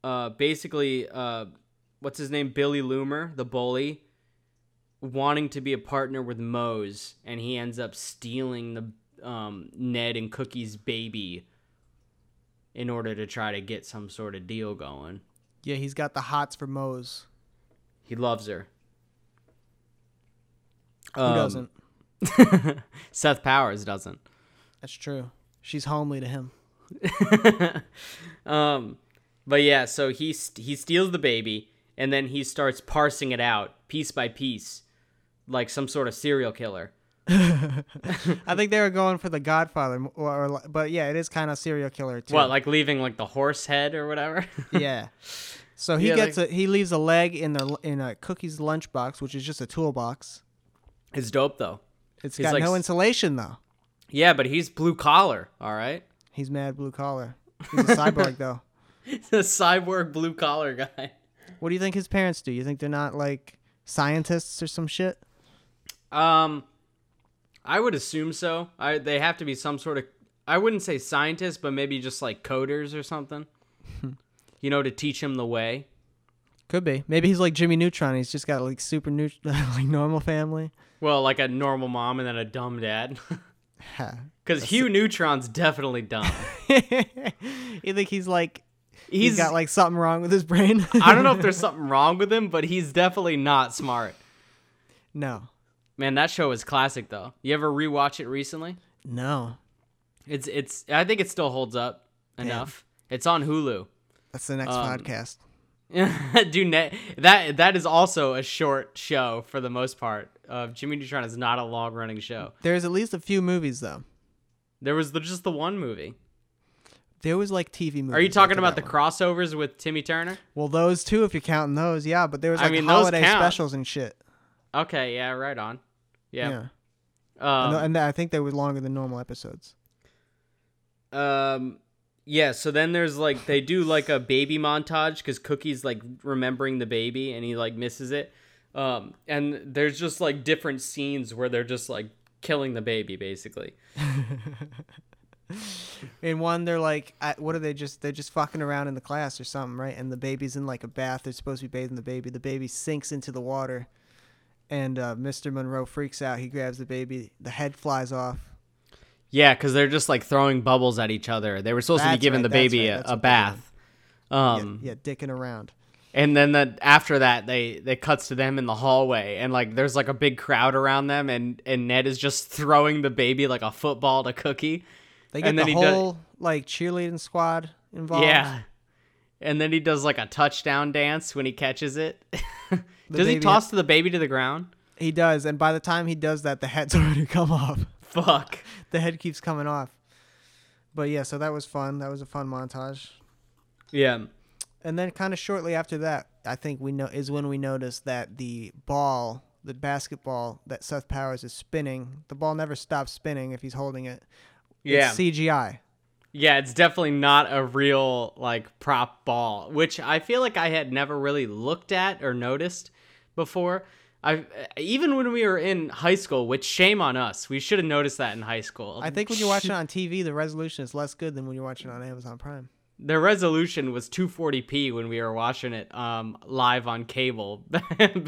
[SPEAKER 2] uh, basically, uh, what's his name? Billy Loomer, the bully, wanting to be a partner with Mose, and he ends up stealing the um Ned and Cookie's baby. In order to try to get some sort of deal going,
[SPEAKER 1] Yeah, he's got the hots for Moe's.
[SPEAKER 2] he loves her.
[SPEAKER 1] Who
[SPEAKER 2] Um,
[SPEAKER 1] doesn't?
[SPEAKER 2] Seth Powers doesn't.
[SPEAKER 1] That's true. She's homely to him.
[SPEAKER 2] um, but yeah, so he st- he steals the baby and then he starts parsing it out piece by piece, like some sort of serial killer.
[SPEAKER 1] I think they were going for the Godfather, m- or, or li- but yeah, it is kind of serial killer too.
[SPEAKER 2] What, like leaving like the horse head or whatever?
[SPEAKER 1] yeah. So he
[SPEAKER 2] Yeah,
[SPEAKER 1] gets a, he leaves a leg in the l- in a cookie's lunchbox, which is just a toolbox.
[SPEAKER 2] it's dope though.
[SPEAKER 1] It's
[SPEAKER 2] He's
[SPEAKER 1] got
[SPEAKER 2] like
[SPEAKER 1] no
[SPEAKER 2] s-
[SPEAKER 1] insulation though.
[SPEAKER 2] Yeah, but he's blue collar. All right,
[SPEAKER 1] He's mad blue collar. He's a cyborg though.
[SPEAKER 2] the cyborg blue collar guy.
[SPEAKER 1] What do you think his parents do? You think they're not like scientists or some shit?
[SPEAKER 2] Um, I would assume so. I they have to be some sort of I wouldn't say scientists, but maybe just like coders or something. you know, to teach him the way.
[SPEAKER 1] Could be. Maybe he's like Jimmy Neutron. He's just got like super neut- like normal family.
[SPEAKER 2] Well, like a normal mom and then a dumb dad.
[SPEAKER 1] Ha.
[SPEAKER 2] Because Hugh Neutron's definitely dumb.
[SPEAKER 1] you think he's like he's
[SPEAKER 2] He's.
[SPEAKER 1] got like something wrong with his brain?
[SPEAKER 2] I don't know if there's something wrong with him, but he's definitely not smart.
[SPEAKER 1] no,
[SPEAKER 2] Man, that show is classic though. You ever rewatch it recently?
[SPEAKER 1] no.
[SPEAKER 2] It's it's. I think it still holds up enough. It's on Hulu.
[SPEAKER 1] That's the next podcast.
[SPEAKER 2] Do net that that is also a short show for the most part. Uh, Jimmy Neutron is not a long running show.
[SPEAKER 1] There's at least a few movies though.
[SPEAKER 2] There was the, just the one movie.
[SPEAKER 1] There was like TV movies.
[SPEAKER 2] Are you talking
[SPEAKER 1] after
[SPEAKER 2] about the
[SPEAKER 1] that one.
[SPEAKER 2] crossovers with Timmy Turner?
[SPEAKER 1] Well, those too, if you're counting those, yeah. But there was
[SPEAKER 2] I
[SPEAKER 1] like
[SPEAKER 2] mean, those
[SPEAKER 1] holiday
[SPEAKER 2] count.
[SPEAKER 1] specials and shit.
[SPEAKER 2] Okay, yeah, right on. Yeah.
[SPEAKER 1] Yeah,
[SPEAKER 2] Um,
[SPEAKER 1] and, th- and I think they were longer than normal episodes.
[SPEAKER 2] Um, yeah. So then there's like they do like a baby montage because Cookie's like remembering the baby and he like misses it. Um, and there's just like different scenes where they're just like killing the baby basically.
[SPEAKER 1] In one, they're like, I, what are they just? They're just fucking around in the class or something, right? And the baby's in like a bath. They're supposed to be bathing the baby. The baby sinks into the water, and uh, Mr. Monroe freaks out. He grabs the baby. The head flies off.
[SPEAKER 2] Yeah, because they're just like throwing bubbles at each other. They were supposed to be
[SPEAKER 1] That's
[SPEAKER 2] giving
[SPEAKER 1] right,
[SPEAKER 2] the
[SPEAKER 1] that's
[SPEAKER 2] baby
[SPEAKER 1] right,
[SPEAKER 2] a-
[SPEAKER 1] that's
[SPEAKER 2] a,
[SPEAKER 1] what they
[SPEAKER 2] bath.
[SPEAKER 1] Yeah,
[SPEAKER 2] Um,
[SPEAKER 1] yeah, dicking around.
[SPEAKER 2] and then the, after that, they they cuts to them in the hallway, and like there's like a big crowd around them, and and Ned is just throwing the baby like a football to Cookie.
[SPEAKER 1] They get
[SPEAKER 2] and then
[SPEAKER 1] the
[SPEAKER 2] he does-
[SPEAKER 1] whole like cheerleading squad involved.
[SPEAKER 2] Yeah. And then he does like a touchdown dance when he catches it. does he
[SPEAKER 1] baby-
[SPEAKER 2] toss the baby to the ground?
[SPEAKER 1] he does. And by the time he does that, the head's already come off.
[SPEAKER 2] Fuck.
[SPEAKER 1] The head keeps coming off. But yeah, so that was fun. That was a fun montage.
[SPEAKER 2] Yeah.
[SPEAKER 1] And then kind of shortly after that, I think we know is when we notice that the ball, the basketball that Seth Powers is spinning, the ball never stops spinning if he's holding it.
[SPEAKER 2] Yeah.
[SPEAKER 1] It's CGI.
[SPEAKER 2] Yeah, it's definitely not a real like prop ball, which I feel like I had never really looked at or noticed before. I even when we were in high school, which shame on us, we should have noticed that in high school.
[SPEAKER 1] I think when you watch it on TV, the resolution is less good than when you watch it on Amazon Prime.
[SPEAKER 2] the resolution was 240p when we were watching it um live on cable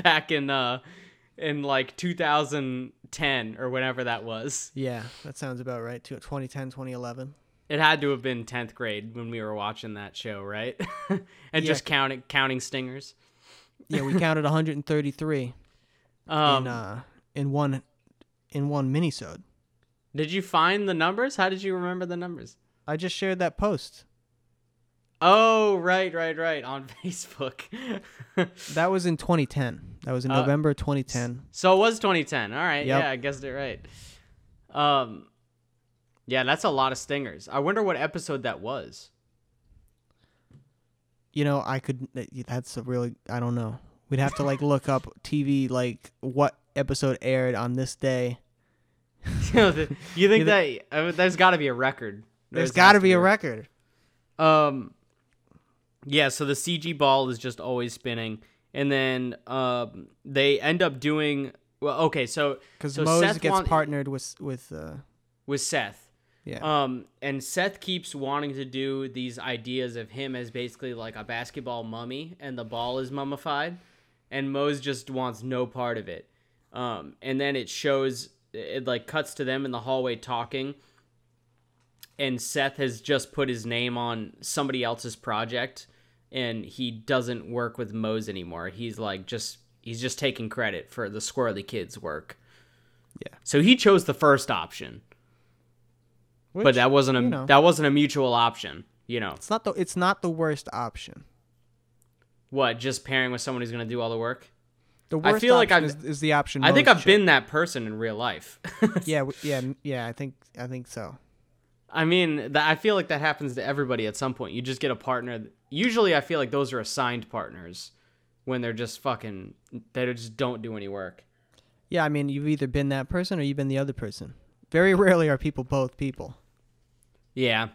[SPEAKER 2] back in uh in like 2010 or whenever that was.
[SPEAKER 1] Yeah, that sounds about right. Too 2010, 2011.
[SPEAKER 2] It had to have been 10th grade when we were watching that show, right? and just counting counting stingers.
[SPEAKER 1] Yeah, we counted 133
[SPEAKER 2] Um
[SPEAKER 1] in uh, in one in one minisode.
[SPEAKER 2] Did you find the numbers? How did you remember the numbers?
[SPEAKER 1] I just shared that post.
[SPEAKER 2] Oh, right, right, right, on Facebook.
[SPEAKER 1] That was in 2010. That was in
[SPEAKER 2] Uh,
[SPEAKER 1] November 2010.
[SPEAKER 2] so it was 2010. All right,
[SPEAKER 1] Yep.
[SPEAKER 2] yeah, I guessed it right. Um, yeah, that's a lot of stingers. I wonder what episode that was.
[SPEAKER 1] you know i could that's a really i don't know we'd have to like look up tv like what episode aired on this day
[SPEAKER 2] you know, the- you think that uh, there's got to be a record?
[SPEAKER 1] there's
[SPEAKER 2] has
[SPEAKER 1] got to be a
[SPEAKER 2] record.
[SPEAKER 1] record
[SPEAKER 2] Um, yeah. So the CG ball is just always spinning, and then um, they end up doing well. Okay, so
[SPEAKER 1] because
[SPEAKER 2] so
[SPEAKER 1] Mose
[SPEAKER 2] Seth
[SPEAKER 1] gets
[SPEAKER 2] want-
[SPEAKER 1] partnered with with uh
[SPEAKER 2] with Seth.
[SPEAKER 1] yeah
[SPEAKER 2] Um, and Seth keeps wanting to do these ideas of him as basically like a basketball mummy, and the ball is mummified, and Mose just wants no part of it. Um, and then it shows it like cuts to them in the hallway talking, and Seth has just put his name on somebody else's project, and he doesn't work with Mose anymore. He's like just he's just taking credit for the Squirrely Kids work.
[SPEAKER 1] Yeah.
[SPEAKER 2] So he chose the first option
[SPEAKER 1] Which,
[SPEAKER 2] but that wasn't a
[SPEAKER 1] you know.
[SPEAKER 2] that wasn't a mutual option. You know
[SPEAKER 1] it's not the it's not the worst option
[SPEAKER 2] what? Just pairing with someone who's gonna do all the work.
[SPEAKER 1] the worst
[SPEAKER 2] feel like
[SPEAKER 1] option
[SPEAKER 2] I've-
[SPEAKER 1] is, is the option
[SPEAKER 2] I think
[SPEAKER 1] Mose
[SPEAKER 2] I've been that person in real life.
[SPEAKER 1] chose. yeah w- yeah n- yeah i think i think so
[SPEAKER 2] I mean, that I feel like that happens to everybody at some point. You just get a partner. Usually, I feel like those are assigned partners when they're just fucking they just don't do any work.
[SPEAKER 1] yeah i mean you've either been that person or you've been the other person very rarely are people both people
[SPEAKER 2] Yeah,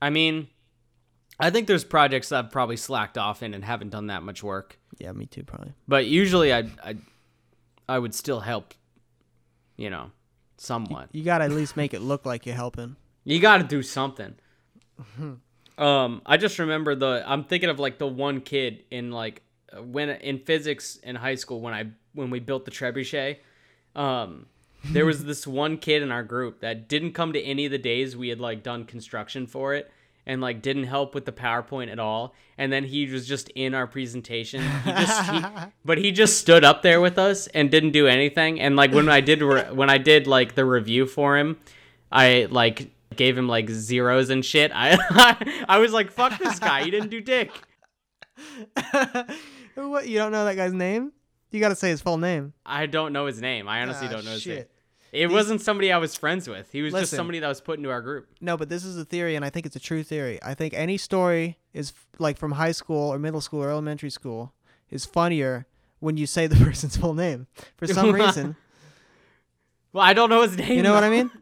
[SPEAKER 2] I mean, I think there's projects that I've probably slacked off in and haven't done that much work.
[SPEAKER 1] yeah me too probably
[SPEAKER 2] But usually, I I, I would still help. You know, somewhat.
[SPEAKER 1] you gotta at least make it look like you're helping
[SPEAKER 2] You got to do something. um, I just remember the. I'm thinking of like the one kid in like uh, when in physics in high school when I when we built the trebuchet. Um, there was this one kid in our group that didn't come to any of the days we had like done construction for it and like didn't help with the PowerPoint at all. And then he was just in our presentation. He just he, but he just stood up there with us and didn't do anything. And like when I did re- when I did like the review for him, I like gave him like zeros and shit. I I was like fuck this guy. He didn't do dick.
[SPEAKER 1] what you don't know that guy's name you gotta say his full name
[SPEAKER 2] I don't know his name. I honestly
[SPEAKER 1] Ah,
[SPEAKER 2] don't know his
[SPEAKER 1] shit.
[SPEAKER 2] name. It wasn't somebody I was friends with. He was just
[SPEAKER 1] Listen.
[SPEAKER 2] somebody that was put into our group.
[SPEAKER 1] No, but this is a theory, and I think it's a true theory. I think any story is f- like from high school or middle school or elementary school is funnier when you say the person's full name for some reason.
[SPEAKER 2] Well, I don't know his name.
[SPEAKER 1] You know what I
[SPEAKER 2] though.
[SPEAKER 1] mean?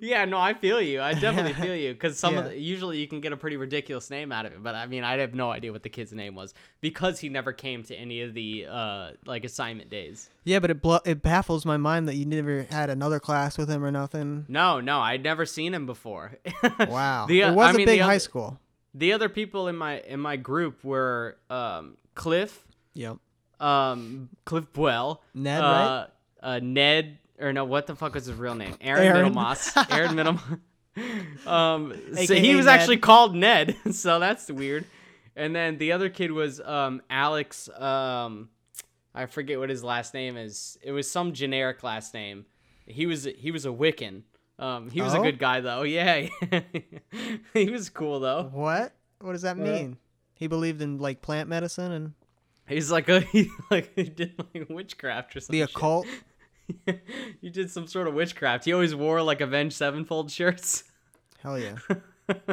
[SPEAKER 2] Yeah, no, I feel you. I definitely feel you because some of
[SPEAKER 1] Yeah.
[SPEAKER 2] the, usually you can get a pretty ridiculous name out of it, but I mean, I have no idea what the kid's name was because he never came to any of the uh like assignment days.
[SPEAKER 1] Yeah, but it blo- it baffles my mind that you never had another class with him or nothing.
[SPEAKER 2] No, no, I'd never seen him before.
[SPEAKER 1] Wow,
[SPEAKER 2] The, uh,
[SPEAKER 1] it was
[SPEAKER 2] I
[SPEAKER 1] a
[SPEAKER 2] mean,
[SPEAKER 1] big
[SPEAKER 2] the
[SPEAKER 1] high
[SPEAKER 2] other-
[SPEAKER 1] school.
[SPEAKER 2] the other people in my in my group were um Cliff,
[SPEAKER 1] Yep.
[SPEAKER 2] um Cliff Buell,
[SPEAKER 1] Ned,
[SPEAKER 2] uh,
[SPEAKER 1] right?
[SPEAKER 2] uh Ned or no, what the fuck was his real name? Aaron,
[SPEAKER 1] Aaron.
[SPEAKER 2] Middlemoss. Aaron Middlemoss. Um, so
[SPEAKER 1] AKA
[SPEAKER 2] he was
[SPEAKER 1] Ned.
[SPEAKER 2] actually called Ned, so that's weird. And then the other kid was um Alex. Um, I forget what his last name is. It was some generic last name. He was he was a Wiccan. Um, he was a
[SPEAKER 1] Oh?
[SPEAKER 2] good guy though. Yeah, he was cool though.
[SPEAKER 1] What? What does that mean? He believed in like plant medicine and
[SPEAKER 2] He's like a he like he did like witchcraft or something.
[SPEAKER 1] the occult.
[SPEAKER 2] you did some sort of witchcraft. He always wore like Avenged Sevenfold shirts.
[SPEAKER 1] Hell yeah.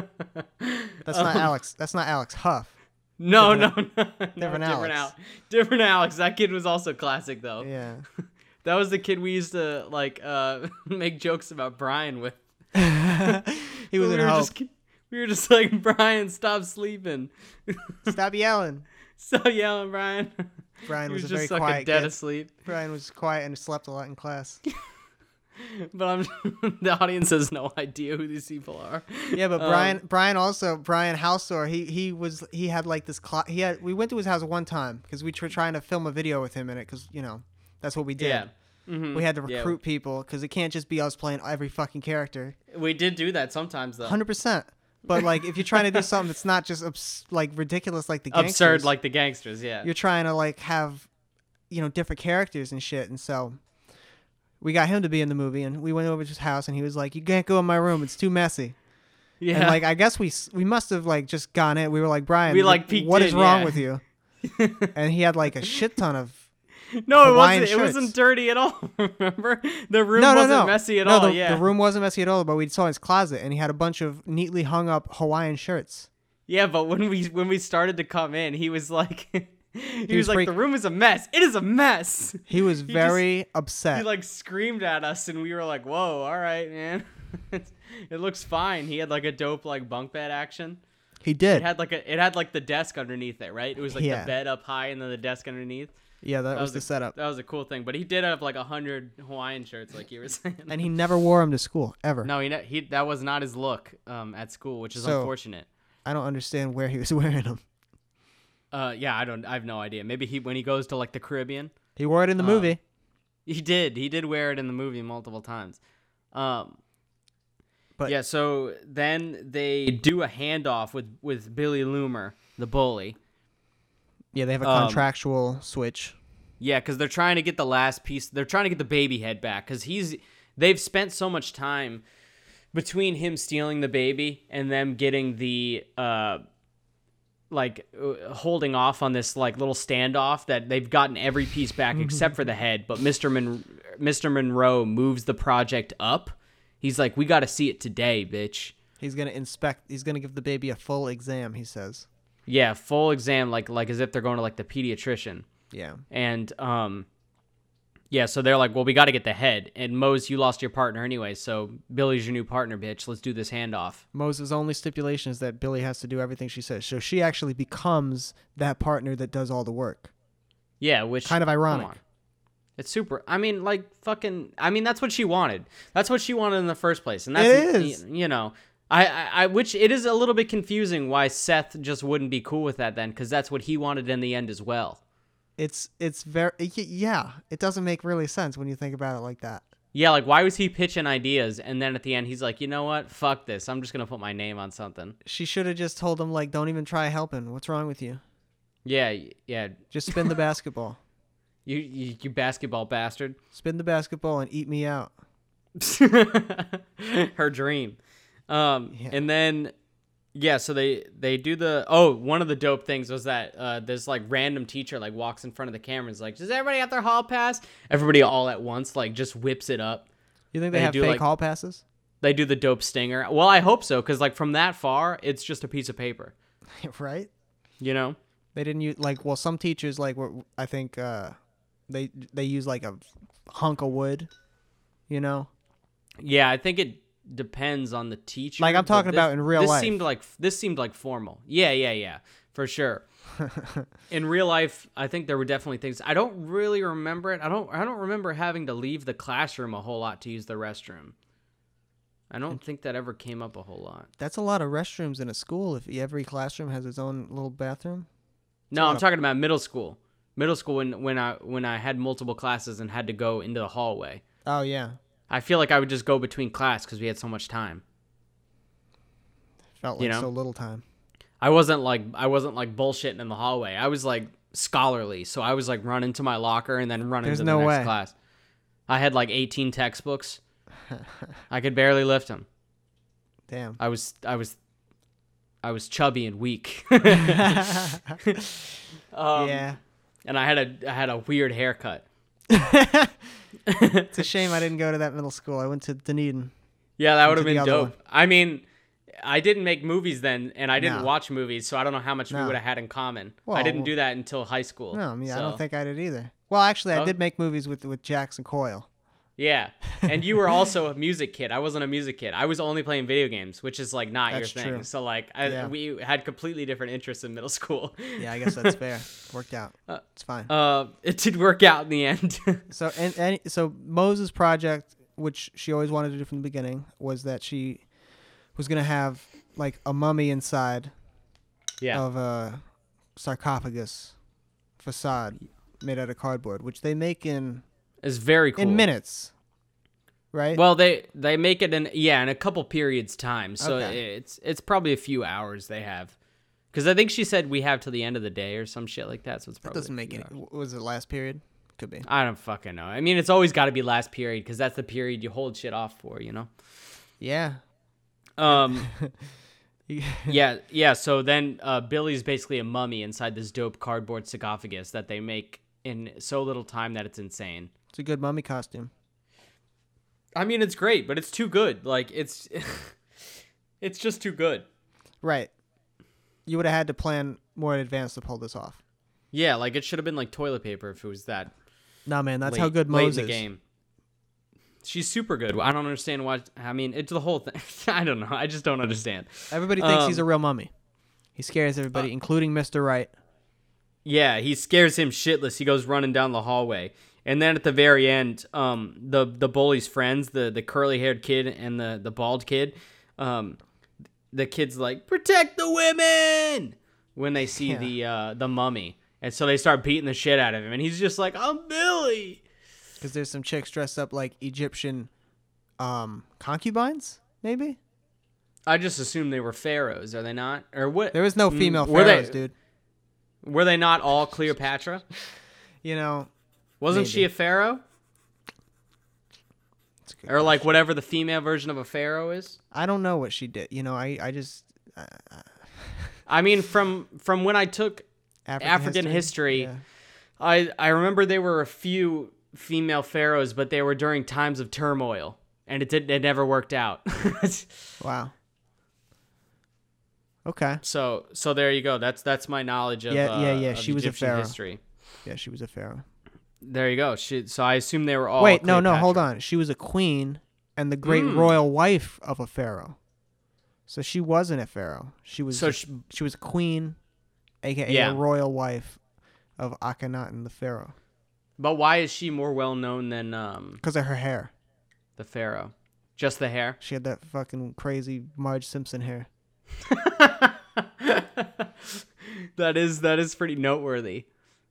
[SPEAKER 1] That's not Alex. That's not Alex Huff.
[SPEAKER 2] No, no, no, no,
[SPEAKER 1] different
[SPEAKER 2] different
[SPEAKER 1] Alex.
[SPEAKER 2] Al- different Alex. That kid was also classic though.
[SPEAKER 1] Yeah.
[SPEAKER 2] That was the kid we used to like uh make jokes about Brian with.
[SPEAKER 1] he was
[SPEAKER 2] we
[SPEAKER 1] in
[SPEAKER 2] were
[SPEAKER 1] hope.
[SPEAKER 2] just ki- we were just like Brian, stop sleeping,
[SPEAKER 1] Stop yelling.
[SPEAKER 2] stop yelling, Brian.
[SPEAKER 1] Brian
[SPEAKER 2] He
[SPEAKER 1] was,
[SPEAKER 2] was
[SPEAKER 1] a very
[SPEAKER 2] just like
[SPEAKER 1] quiet
[SPEAKER 2] dead
[SPEAKER 1] kid.
[SPEAKER 2] asleep.
[SPEAKER 1] Brian was quiet and slept a lot in class.
[SPEAKER 2] But I'm the audience has no idea who these people are.
[SPEAKER 1] Yeah, but
[SPEAKER 2] Um,
[SPEAKER 1] Brian, Brian also Brian Halsor. He he was he had like this clock. He had we went to his house one time because we were trying to film a video with him in it because you know that's what we did.
[SPEAKER 2] Yeah. Mhm.
[SPEAKER 1] We had to
[SPEAKER 2] Yeah.
[SPEAKER 1] recruit people 'cause people because it can't just be us playing every fucking character.
[SPEAKER 2] We did do that sometimes though.
[SPEAKER 1] Hundred percent. But like, if you're trying to do something that's not just obs- like ridiculous, like the
[SPEAKER 2] absurd
[SPEAKER 1] gangsters,
[SPEAKER 2] like the gangsters yeah
[SPEAKER 1] you're trying to like have, you know, different characters and shit. And so, we got him to be in the movie, and we went over to his house, and he was like, "You can't go in my room; it's too messy."
[SPEAKER 2] yeah
[SPEAKER 1] And like I guess we s- we must have like just gone in. We were like Brian,
[SPEAKER 2] We, like,
[SPEAKER 1] what-
[SPEAKER 2] peeked
[SPEAKER 1] what is
[SPEAKER 2] in,
[SPEAKER 1] wrong
[SPEAKER 2] yeah."
[SPEAKER 1] with you? and he had like a shit ton of
[SPEAKER 2] no it
[SPEAKER 1] Hawaiian
[SPEAKER 2] wasn't it wasn't
[SPEAKER 1] shirts.
[SPEAKER 2] dirty at all remember the room
[SPEAKER 1] no no
[SPEAKER 2] wasn't
[SPEAKER 1] no
[SPEAKER 2] messy at
[SPEAKER 1] no,
[SPEAKER 2] all
[SPEAKER 1] The,
[SPEAKER 2] yeah
[SPEAKER 1] the room wasn't messy at all, but we saw his closet and he had a bunch of neatly hung up Hawaiian shirts.
[SPEAKER 2] yeah but when we when we started to come in he was like he, was,
[SPEAKER 1] was
[SPEAKER 2] like
[SPEAKER 1] freak-
[SPEAKER 2] the room is a mess it is a mess
[SPEAKER 1] He was
[SPEAKER 2] just-
[SPEAKER 1] very upset.
[SPEAKER 2] he like screamed at us and we were like whoa all right man it looks fine he had like a dope like bunk bed action
[SPEAKER 1] he did.
[SPEAKER 2] it had like a it had like the desk underneath it right it was like
[SPEAKER 1] Yeah.
[SPEAKER 2] the bed up high and then the desk underneath
[SPEAKER 1] yeah, that, was,
[SPEAKER 2] was
[SPEAKER 1] the
[SPEAKER 2] a-
[SPEAKER 1] setup.
[SPEAKER 2] that was a cool thing but he did have like a hundred hawaiian shirts like you were saying
[SPEAKER 1] And he never wore him to school ever.
[SPEAKER 2] No, he, ne- he that was not his look um, at school, which is
[SPEAKER 1] So-
[SPEAKER 2] unfortunate.
[SPEAKER 1] I don't understand where he was wearing them.
[SPEAKER 2] Uh, yeah, I don't, I have no idea. Maybe he when he goes to like the Caribbean,
[SPEAKER 1] He wore it in the
[SPEAKER 2] Um,
[SPEAKER 1] movie.
[SPEAKER 2] he did, he did wear it in the movie multiple times. Um,
[SPEAKER 1] But-
[SPEAKER 2] yeah, so then they do a handoff with with Billy Loomer, the bully.
[SPEAKER 1] Yeah, they have a
[SPEAKER 2] um,
[SPEAKER 1] contractual switch.
[SPEAKER 2] Yeah, because they're trying to get the last piece. They're trying to get the baby head back because he's. They've spent so much time between him stealing the baby and them getting the uh, like uh, holding off on this like little standoff that they've gotten every piece back except for the head. But Mister Mon- Mister Monroe moves the project up. He's like, we got to see it today, bitch.
[SPEAKER 1] He's gonna inspect. He's gonna give the baby a full exam. He says.
[SPEAKER 2] Yeah, full exam, like like as if they're going to like the pediatrician.
[SPEAKER 1] Yeah.
[SPEAKER 2] and um yeah so they're like well we got to get the head and mose you lost your partner anyway so billy's your new partner bitch let's do this handoff
[SPEAKER 1] Moses' only stipulation is that Billy has to do everything she says. So she actually becomes that partner that does all the work.
[SPEAKER 2] yeah which
[SPEAKER 1] Kind of
[SPEAKER 2] come
[SPEAKER 1] ironic.
[SPEAKER 2] on. it's super i mean like fucking i mean that's what she wanted that's what she wanted in the first place and that's
[SPEAKER 1] It is.
[SPEAKER 2] y- you know I, I, I which it is a little bit confusing why Seth just wouldn't be cool with that then because that's what he wanted in the end as well.
[SPEAKER 1] It's it's very y- yeah. It doesn't make really sense when you think about it like that.
[SPEAKER 2] Yeah, like why was he pitching ideas and then at the end he's like, you know what, fuck this, I'm just gonna put my name on something.
[SPEAKER 1] She should have just told him like, don't even try helping. What's wrong with you?
[SPEAKER 2] Yeah, y- yeah,
[SPEAKER 1] Just spin the basketball.
[SPEAKER 2] You, you, you basketball bastard.
[SPEAKER 1] Spin the basketball and eat me out.
[SPEAKER 2] Her dream. Um,
[SPEAKER 1] Yeah.
[SPEAKER 2] And then, yeah, so they, they do the. Oh, one of the dope things was that uh, this like random teacher like walks in front of the camera and is like, Does everybody have their hall pass? Everybody all at once like just whips it up.
[SPEAKER 1] You think they,
[SPEAKER 2] They
[SPEAKER 1] have
[SPEAKER 2] do,
[SPEAKER 1] fake
[SPEAKER 2] like-
[SPEAKER 1] hall passes?
[SPEAKER 2] They do the dope stinger. Well, I hope so, because like from that far, it's just a piece of paper,
[SPEAKER 1] right?
[SPEAKER 2] you know?
[SPEAKER 1] They didn't use like well some teachers like were I think uh they they use like a hunk of wood, you know.
[SPEAKER 2] Yeah, I think it depends on the teacher.
[SPEAKER 1] Like I'm
[SPEAKER 2] but
[SPEAKER 1] talking
[SPEAKER 2] this-
[SPEAKER 1] about in real
[SPEAKER 2] this
[SPEAKER 1] life.
[SPEAKER 2] seemed like this seemed like formal. Yeah, yeah, yeah, for sure. in real life, I think there were definitely things I don't really remember it. I don't I don't remember having to leave the classroom a whole lot to use the restroom. I don't think that ever came up a whole lot.
[SPEAKER 1] That's a lot of restrooms in a school. If every classroom has its own little bathroom.
[SPEAKER 2] No,
[SPEAKER 1] lot
[SPEAKER 2] I'm
[SPEAKER 1] of-
[SPEAKER 2] talking about middle school. Middle school when when I when I had multiple classes and had to go into the hallway.
[SPEAKER 1] Oh yeah,
[SPEAKER 2] I feel like I would just go between class because we had so much time.
[SPEAKER 1] felt like
[SPEAKER 2] You know?
[SPEAKER 1] so little time.
[SPEAKER 2] I wasn't like I wasn't like bullshitting in the hallway. I was like scholarly, so I was like running to my locker and then running
[SPEAKER 1] There's
[SPEAKER 2] to
[SPEAKER 1] no
[SPEAKER 2] the next
[SPEAKER 1] way.
[SPEAKER 2] class. I had like 18 textbooks. I could barely lift them.
[SPEAKER 1] Damn.
[SPEAKER 2] I was I was I was chubby and weak. um,
[SPEAKER 1] yeah.
[SPEAKER 2] And I had a I had a weird haircut.
[SPEAKER 1] It's a shame I didn't go to that middle school. I went to Dunedin.
[SPEAKER 2] Yeah, that would
[SPEAKER 1] to
[SPEAKER 2] have
[SPEAKER 1] the
[SPEAKER 2] been
[SPEAKER 1] other
[SPEAKER 2] dope. I mean, I didn't make movies then, and I didn't
[SPEAKER 1] No.
[SPEAKER 2] watch movies, so I don't know how much we
[SPEAKER 1] No.
[SPEAKER 2] would have had in common. I
[SPEAKER 1] Well,
[SPEAKER 2] didn't
[SPEAKER 1] well-
[SPEAKER 2] do that until high school.
[SPEAKER 1] No, I mean I
[SPEAKER 2] so-
[SPEAKER 1] don't think I did either. Well, actually, I
[SPEAKER 2] Oh.
[SPEAKER 1] did make movies with with Jackson Coyle.
[SPEAKER 2] Yeah, and you were also a music kid. I wasn't a music kid. I was only playing video games, which is like not
[SPEAKER 1] That's
[SPEAKER 2] your thing.
[SPEAKER 1] true.
[SPEAKER 2] So like, I,
[SPEAKER 1] Yeah.
[SPEAKER 2] we had completely different interests in middle school.
[SPEAKER 1] Yeah, I guess that's fair. Worked out. It's fine.
[SPEAKER 2] Uh, it did work out in the end.
[SPEAKER 1] So and, and so Moses' project, which she always wanted to do from the beginning, was that she was gonna have like a mummy inside
[SPEAKER 2] yeah,
[SPEAKER 1] of a sarcophagus facade made out of cardboard, which they make in
[SPEAKER 2] it's very cool.
[SPEAKER 1] in minutes, right?
[SPEAKER 2] Well, they they make it in yeah in a couple periods time, so
[SPEAKER 1] Okay.
[SPEAKER 2] it's it's probably a few hours they have, because I think she said we have till the end of the day or some shit like that. So it's
[SPEAKER 1] that
[SPEAKER 2] probably
[SPEAKER 1] doesn't
[SPEAKER 2] a
[SPEAKER 1] make
[SPEAKER 2] few
[SPEAKER 1] any.
[SPEAKER 2] hours.
[SPEAKER 1] w- Was it last period? Could be.
[SPEAKER 2] I don't fucking know. I mean, it's always got to be last period because that's the period you hold shit off for, you know.
[SPEAKER 1] Yeah.
[SPEAKER 2] Um.
[SPEAKER 1] You-
[SPEAKER 2] yeah, yeah. So then uh, Billy's basically a mummy inside this dope cardboard sarcophagus that they make in so little time that it's insane.
[SPEAKER 1] it's a good mummy costume.
[SPEAKER 2] I mean, it's great, but it's too good. Like it's, it's just too good.
[SPEAKER 1] Right. You would have had to plan more in advance to pull this off.
[SPEAKER 2] Yeah, like it should have been like toilet paper if it was that.
[SPEAKER 1] Nah, man, that's
[SPEAKER 2] late,
[SPEAKER 1] how good
[SPEAKER 2] late
[SPEAKER 1] Moses.
[SPEAKER 2] in the game. She's super good. I don't understand why. I mean, it's the whole thing. I don't know. I just don't understand.
[SPEAKER 1] Everybody thinks he's a
[SPEAKER 2] Um, uh,
[SPEAKER 1] real mummy. He scares everybody, including Mr. Right.
[SPEAKER 2] Yeah, he scares him shitless. He goes running down the hallway. And then at the very end, um, the the bully's friends, the the curly haired kid and the the bald kid, um, the kid's like protect the women when they see
[SPEAKER 1] Yeah.
[SPEAKER 2] the uh, the mummy, and so they start beating the shit out of him, and he's just like I'm Billy.
[SPEAKER 1] Because there's some chicks dressed up like Egyptian um, concubines, maybe?
[SPEAKER 2] I just assumed they were pharaohs, are they not? Or what?
[SPEAKER 1] There was no
[SPEAKER 2] Mm,
[SPEAKER 1] female
[SPEAKER 2] were they-
[SPEAKER 1] pharaohs, dude.
[SPEAKER 2] Were they not all Cleopatra?
[SPEAKER 1] You know,
[SPEAKER 2] Wasn't she
[SPEAKER 1] Maybe.
[SPEAKER 2] a pharaoh?
[SPEAKER 1] it's good.
[SPEAKER 2] Or like whatever the female version of a pharaoh is?
[SPEAKER 1] I don't know what she did. You know, I, I just.
[SPEAKER 2] I mean, from from when I took
[SPEAKER 1] African,
[SPEAKER 2] African history, I I remember there were a few female pharaohs, but they were during times of turmoil, and it did it never worked out.
[SPEAKER 1] Yeah. Wow. Okay.
[SPEAKER 2] so so there you go. That's that's my knowledge of
[SPEAKER 1] Yeah,
[SPEAKER 2] uh,
[SPEAKER 1] yeah, yeah.
[SPEAKER 2] of
[SPEAKER 1] She was a
[SPEAKER 2] Egyptian
[SPEAKER 1] pharaoh.
[SPEAKER 2] history.
[SPEAKER 1] Yeah, she was a pharaoh.
[SPEAKER 2] There you go. She, so I assume they were all.
[SPEAKER 1] Wait, no, no, hold
[SPEAKER 2] Cleopatra.
[SPEAKER 1] on. She was a queen and the great
[SPEAKER 2] Mm.
[SPEAKER 1] royal wife of a pharaoh. So she wasn't a pharaoh. She was
[SPEAKER 2] So
[SPEAKER 1] a-
[SPEAKER 2] she-
[SPEAKER 1] she, was a queen, aka
[SPEAKER 2] Yeah.
[SPEAKER 1] a royal wife of Akhenaten the pharaoh
[SPEAKER 2] But why is she more well known than um
[SPEAKER 1] because of her hair.
[SPEAKER 2] the pharaoh? Just the hair.
[SPEAKER 1] She had that fucking crazy Marge Simpson hair.
[SPEAKER 2] that is that is pretty noteworthy.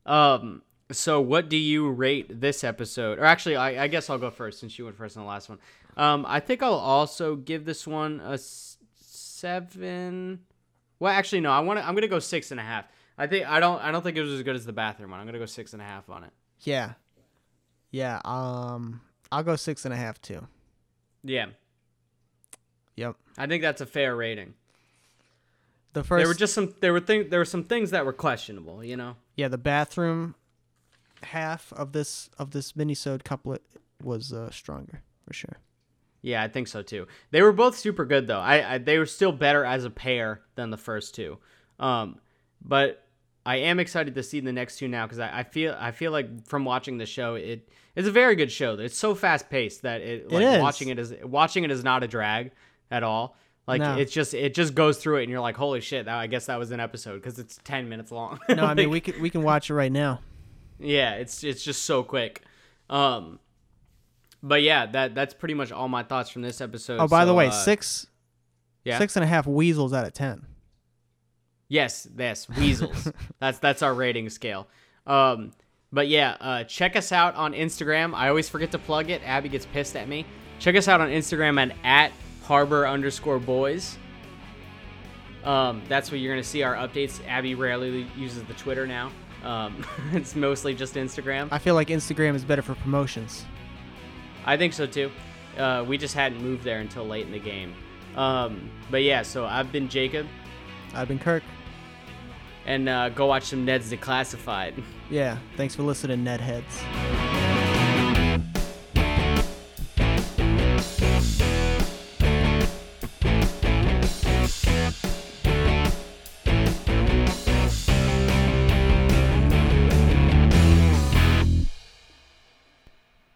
[SPEAKER 2] Um, so what do you rate this episode? Or actually, I, I guess I'll go first since you went first on the last one. Um, I think I'll also give this one a s- seven. Well, actually, no. I want to. I'm gonna go six and a half. I think I don't. I don't think it was as good as the bathroom one. I'm gonna go six and a half on it.
[SPEAKER 1] Yeah, yeah. Um, I'll go six and a half too.
[SPEAKER 2] Yeah,
[SPEAKER 1] Yep.
[SPEAKER 2] I think that's a fair rating.
[SPEAKER 1] The first,
[SPEAKER 2] there were just some. There were things. There were some things that were questionable. You know.
[SPEAKER 1] yeah, the bathroom half of this of this minisode couplet was uh, stronger for sure.
[SPEAKER 2] Yeah, I think so too. They were both super good though. I, I they were still better as a pair than the first two. Um, but I am excited to see the next two now because I, I feel I feel like from watching the show, it it's a very good show. It's so fast paced that it like
[SPEAKER 1] is.
[SPEAKER 2] watching it is watching it is not a drag at all. Like
[SPEAKER 1] No.
[SPEAKER 2] it's just it just goes through it and you're like, holy shit! that- I guess that was an episode because it's ten minutes long.
[SPEAKER 1] No, I mean
[SPEAKER 2] Like-
[SPEAKER 1] we can we can watch it right now.
[SPEAKER 2] yeah, it's it's just so quick. Um but yeah, that that's pretty much all my thoughts from this episode.
[SPEAKER 1] Oh, by the
[SPEAKER 2] So,
[SPEAKER 1] way,
[SPEAKER 2] uh,
[SPEAKER 1] six
[SPEAKER 2] yeah?
[SPEAKER 1] six and a half weasels out of ten.
[SPEAKER 2] Yes, yes, weasels. that's that's our rating scale. Um but yeah, uh check us out on Instagram. I always forget to plug it. Abby gets pissed at me. Check us out on Instagram at, at harbor underscore boys. Um, that's where you're gonna see our updates. Abby rarely uses the Twitter now. Um, it's mostly just Instagram.
[SPEAKER 1] I feel like Instagram is better for promotions.
[SPEAKER 2] I think so too. Uh, we just hadn't moved there until late in the game. Um, but yeah, so I've been Jacob,
[SPEAKER 1] I've been Kirk.
[SPEAKER 2] and uh, go watch some Ned's Declassified.
[SPEAKER 1] Yeah, thanks for listening, Ned heads.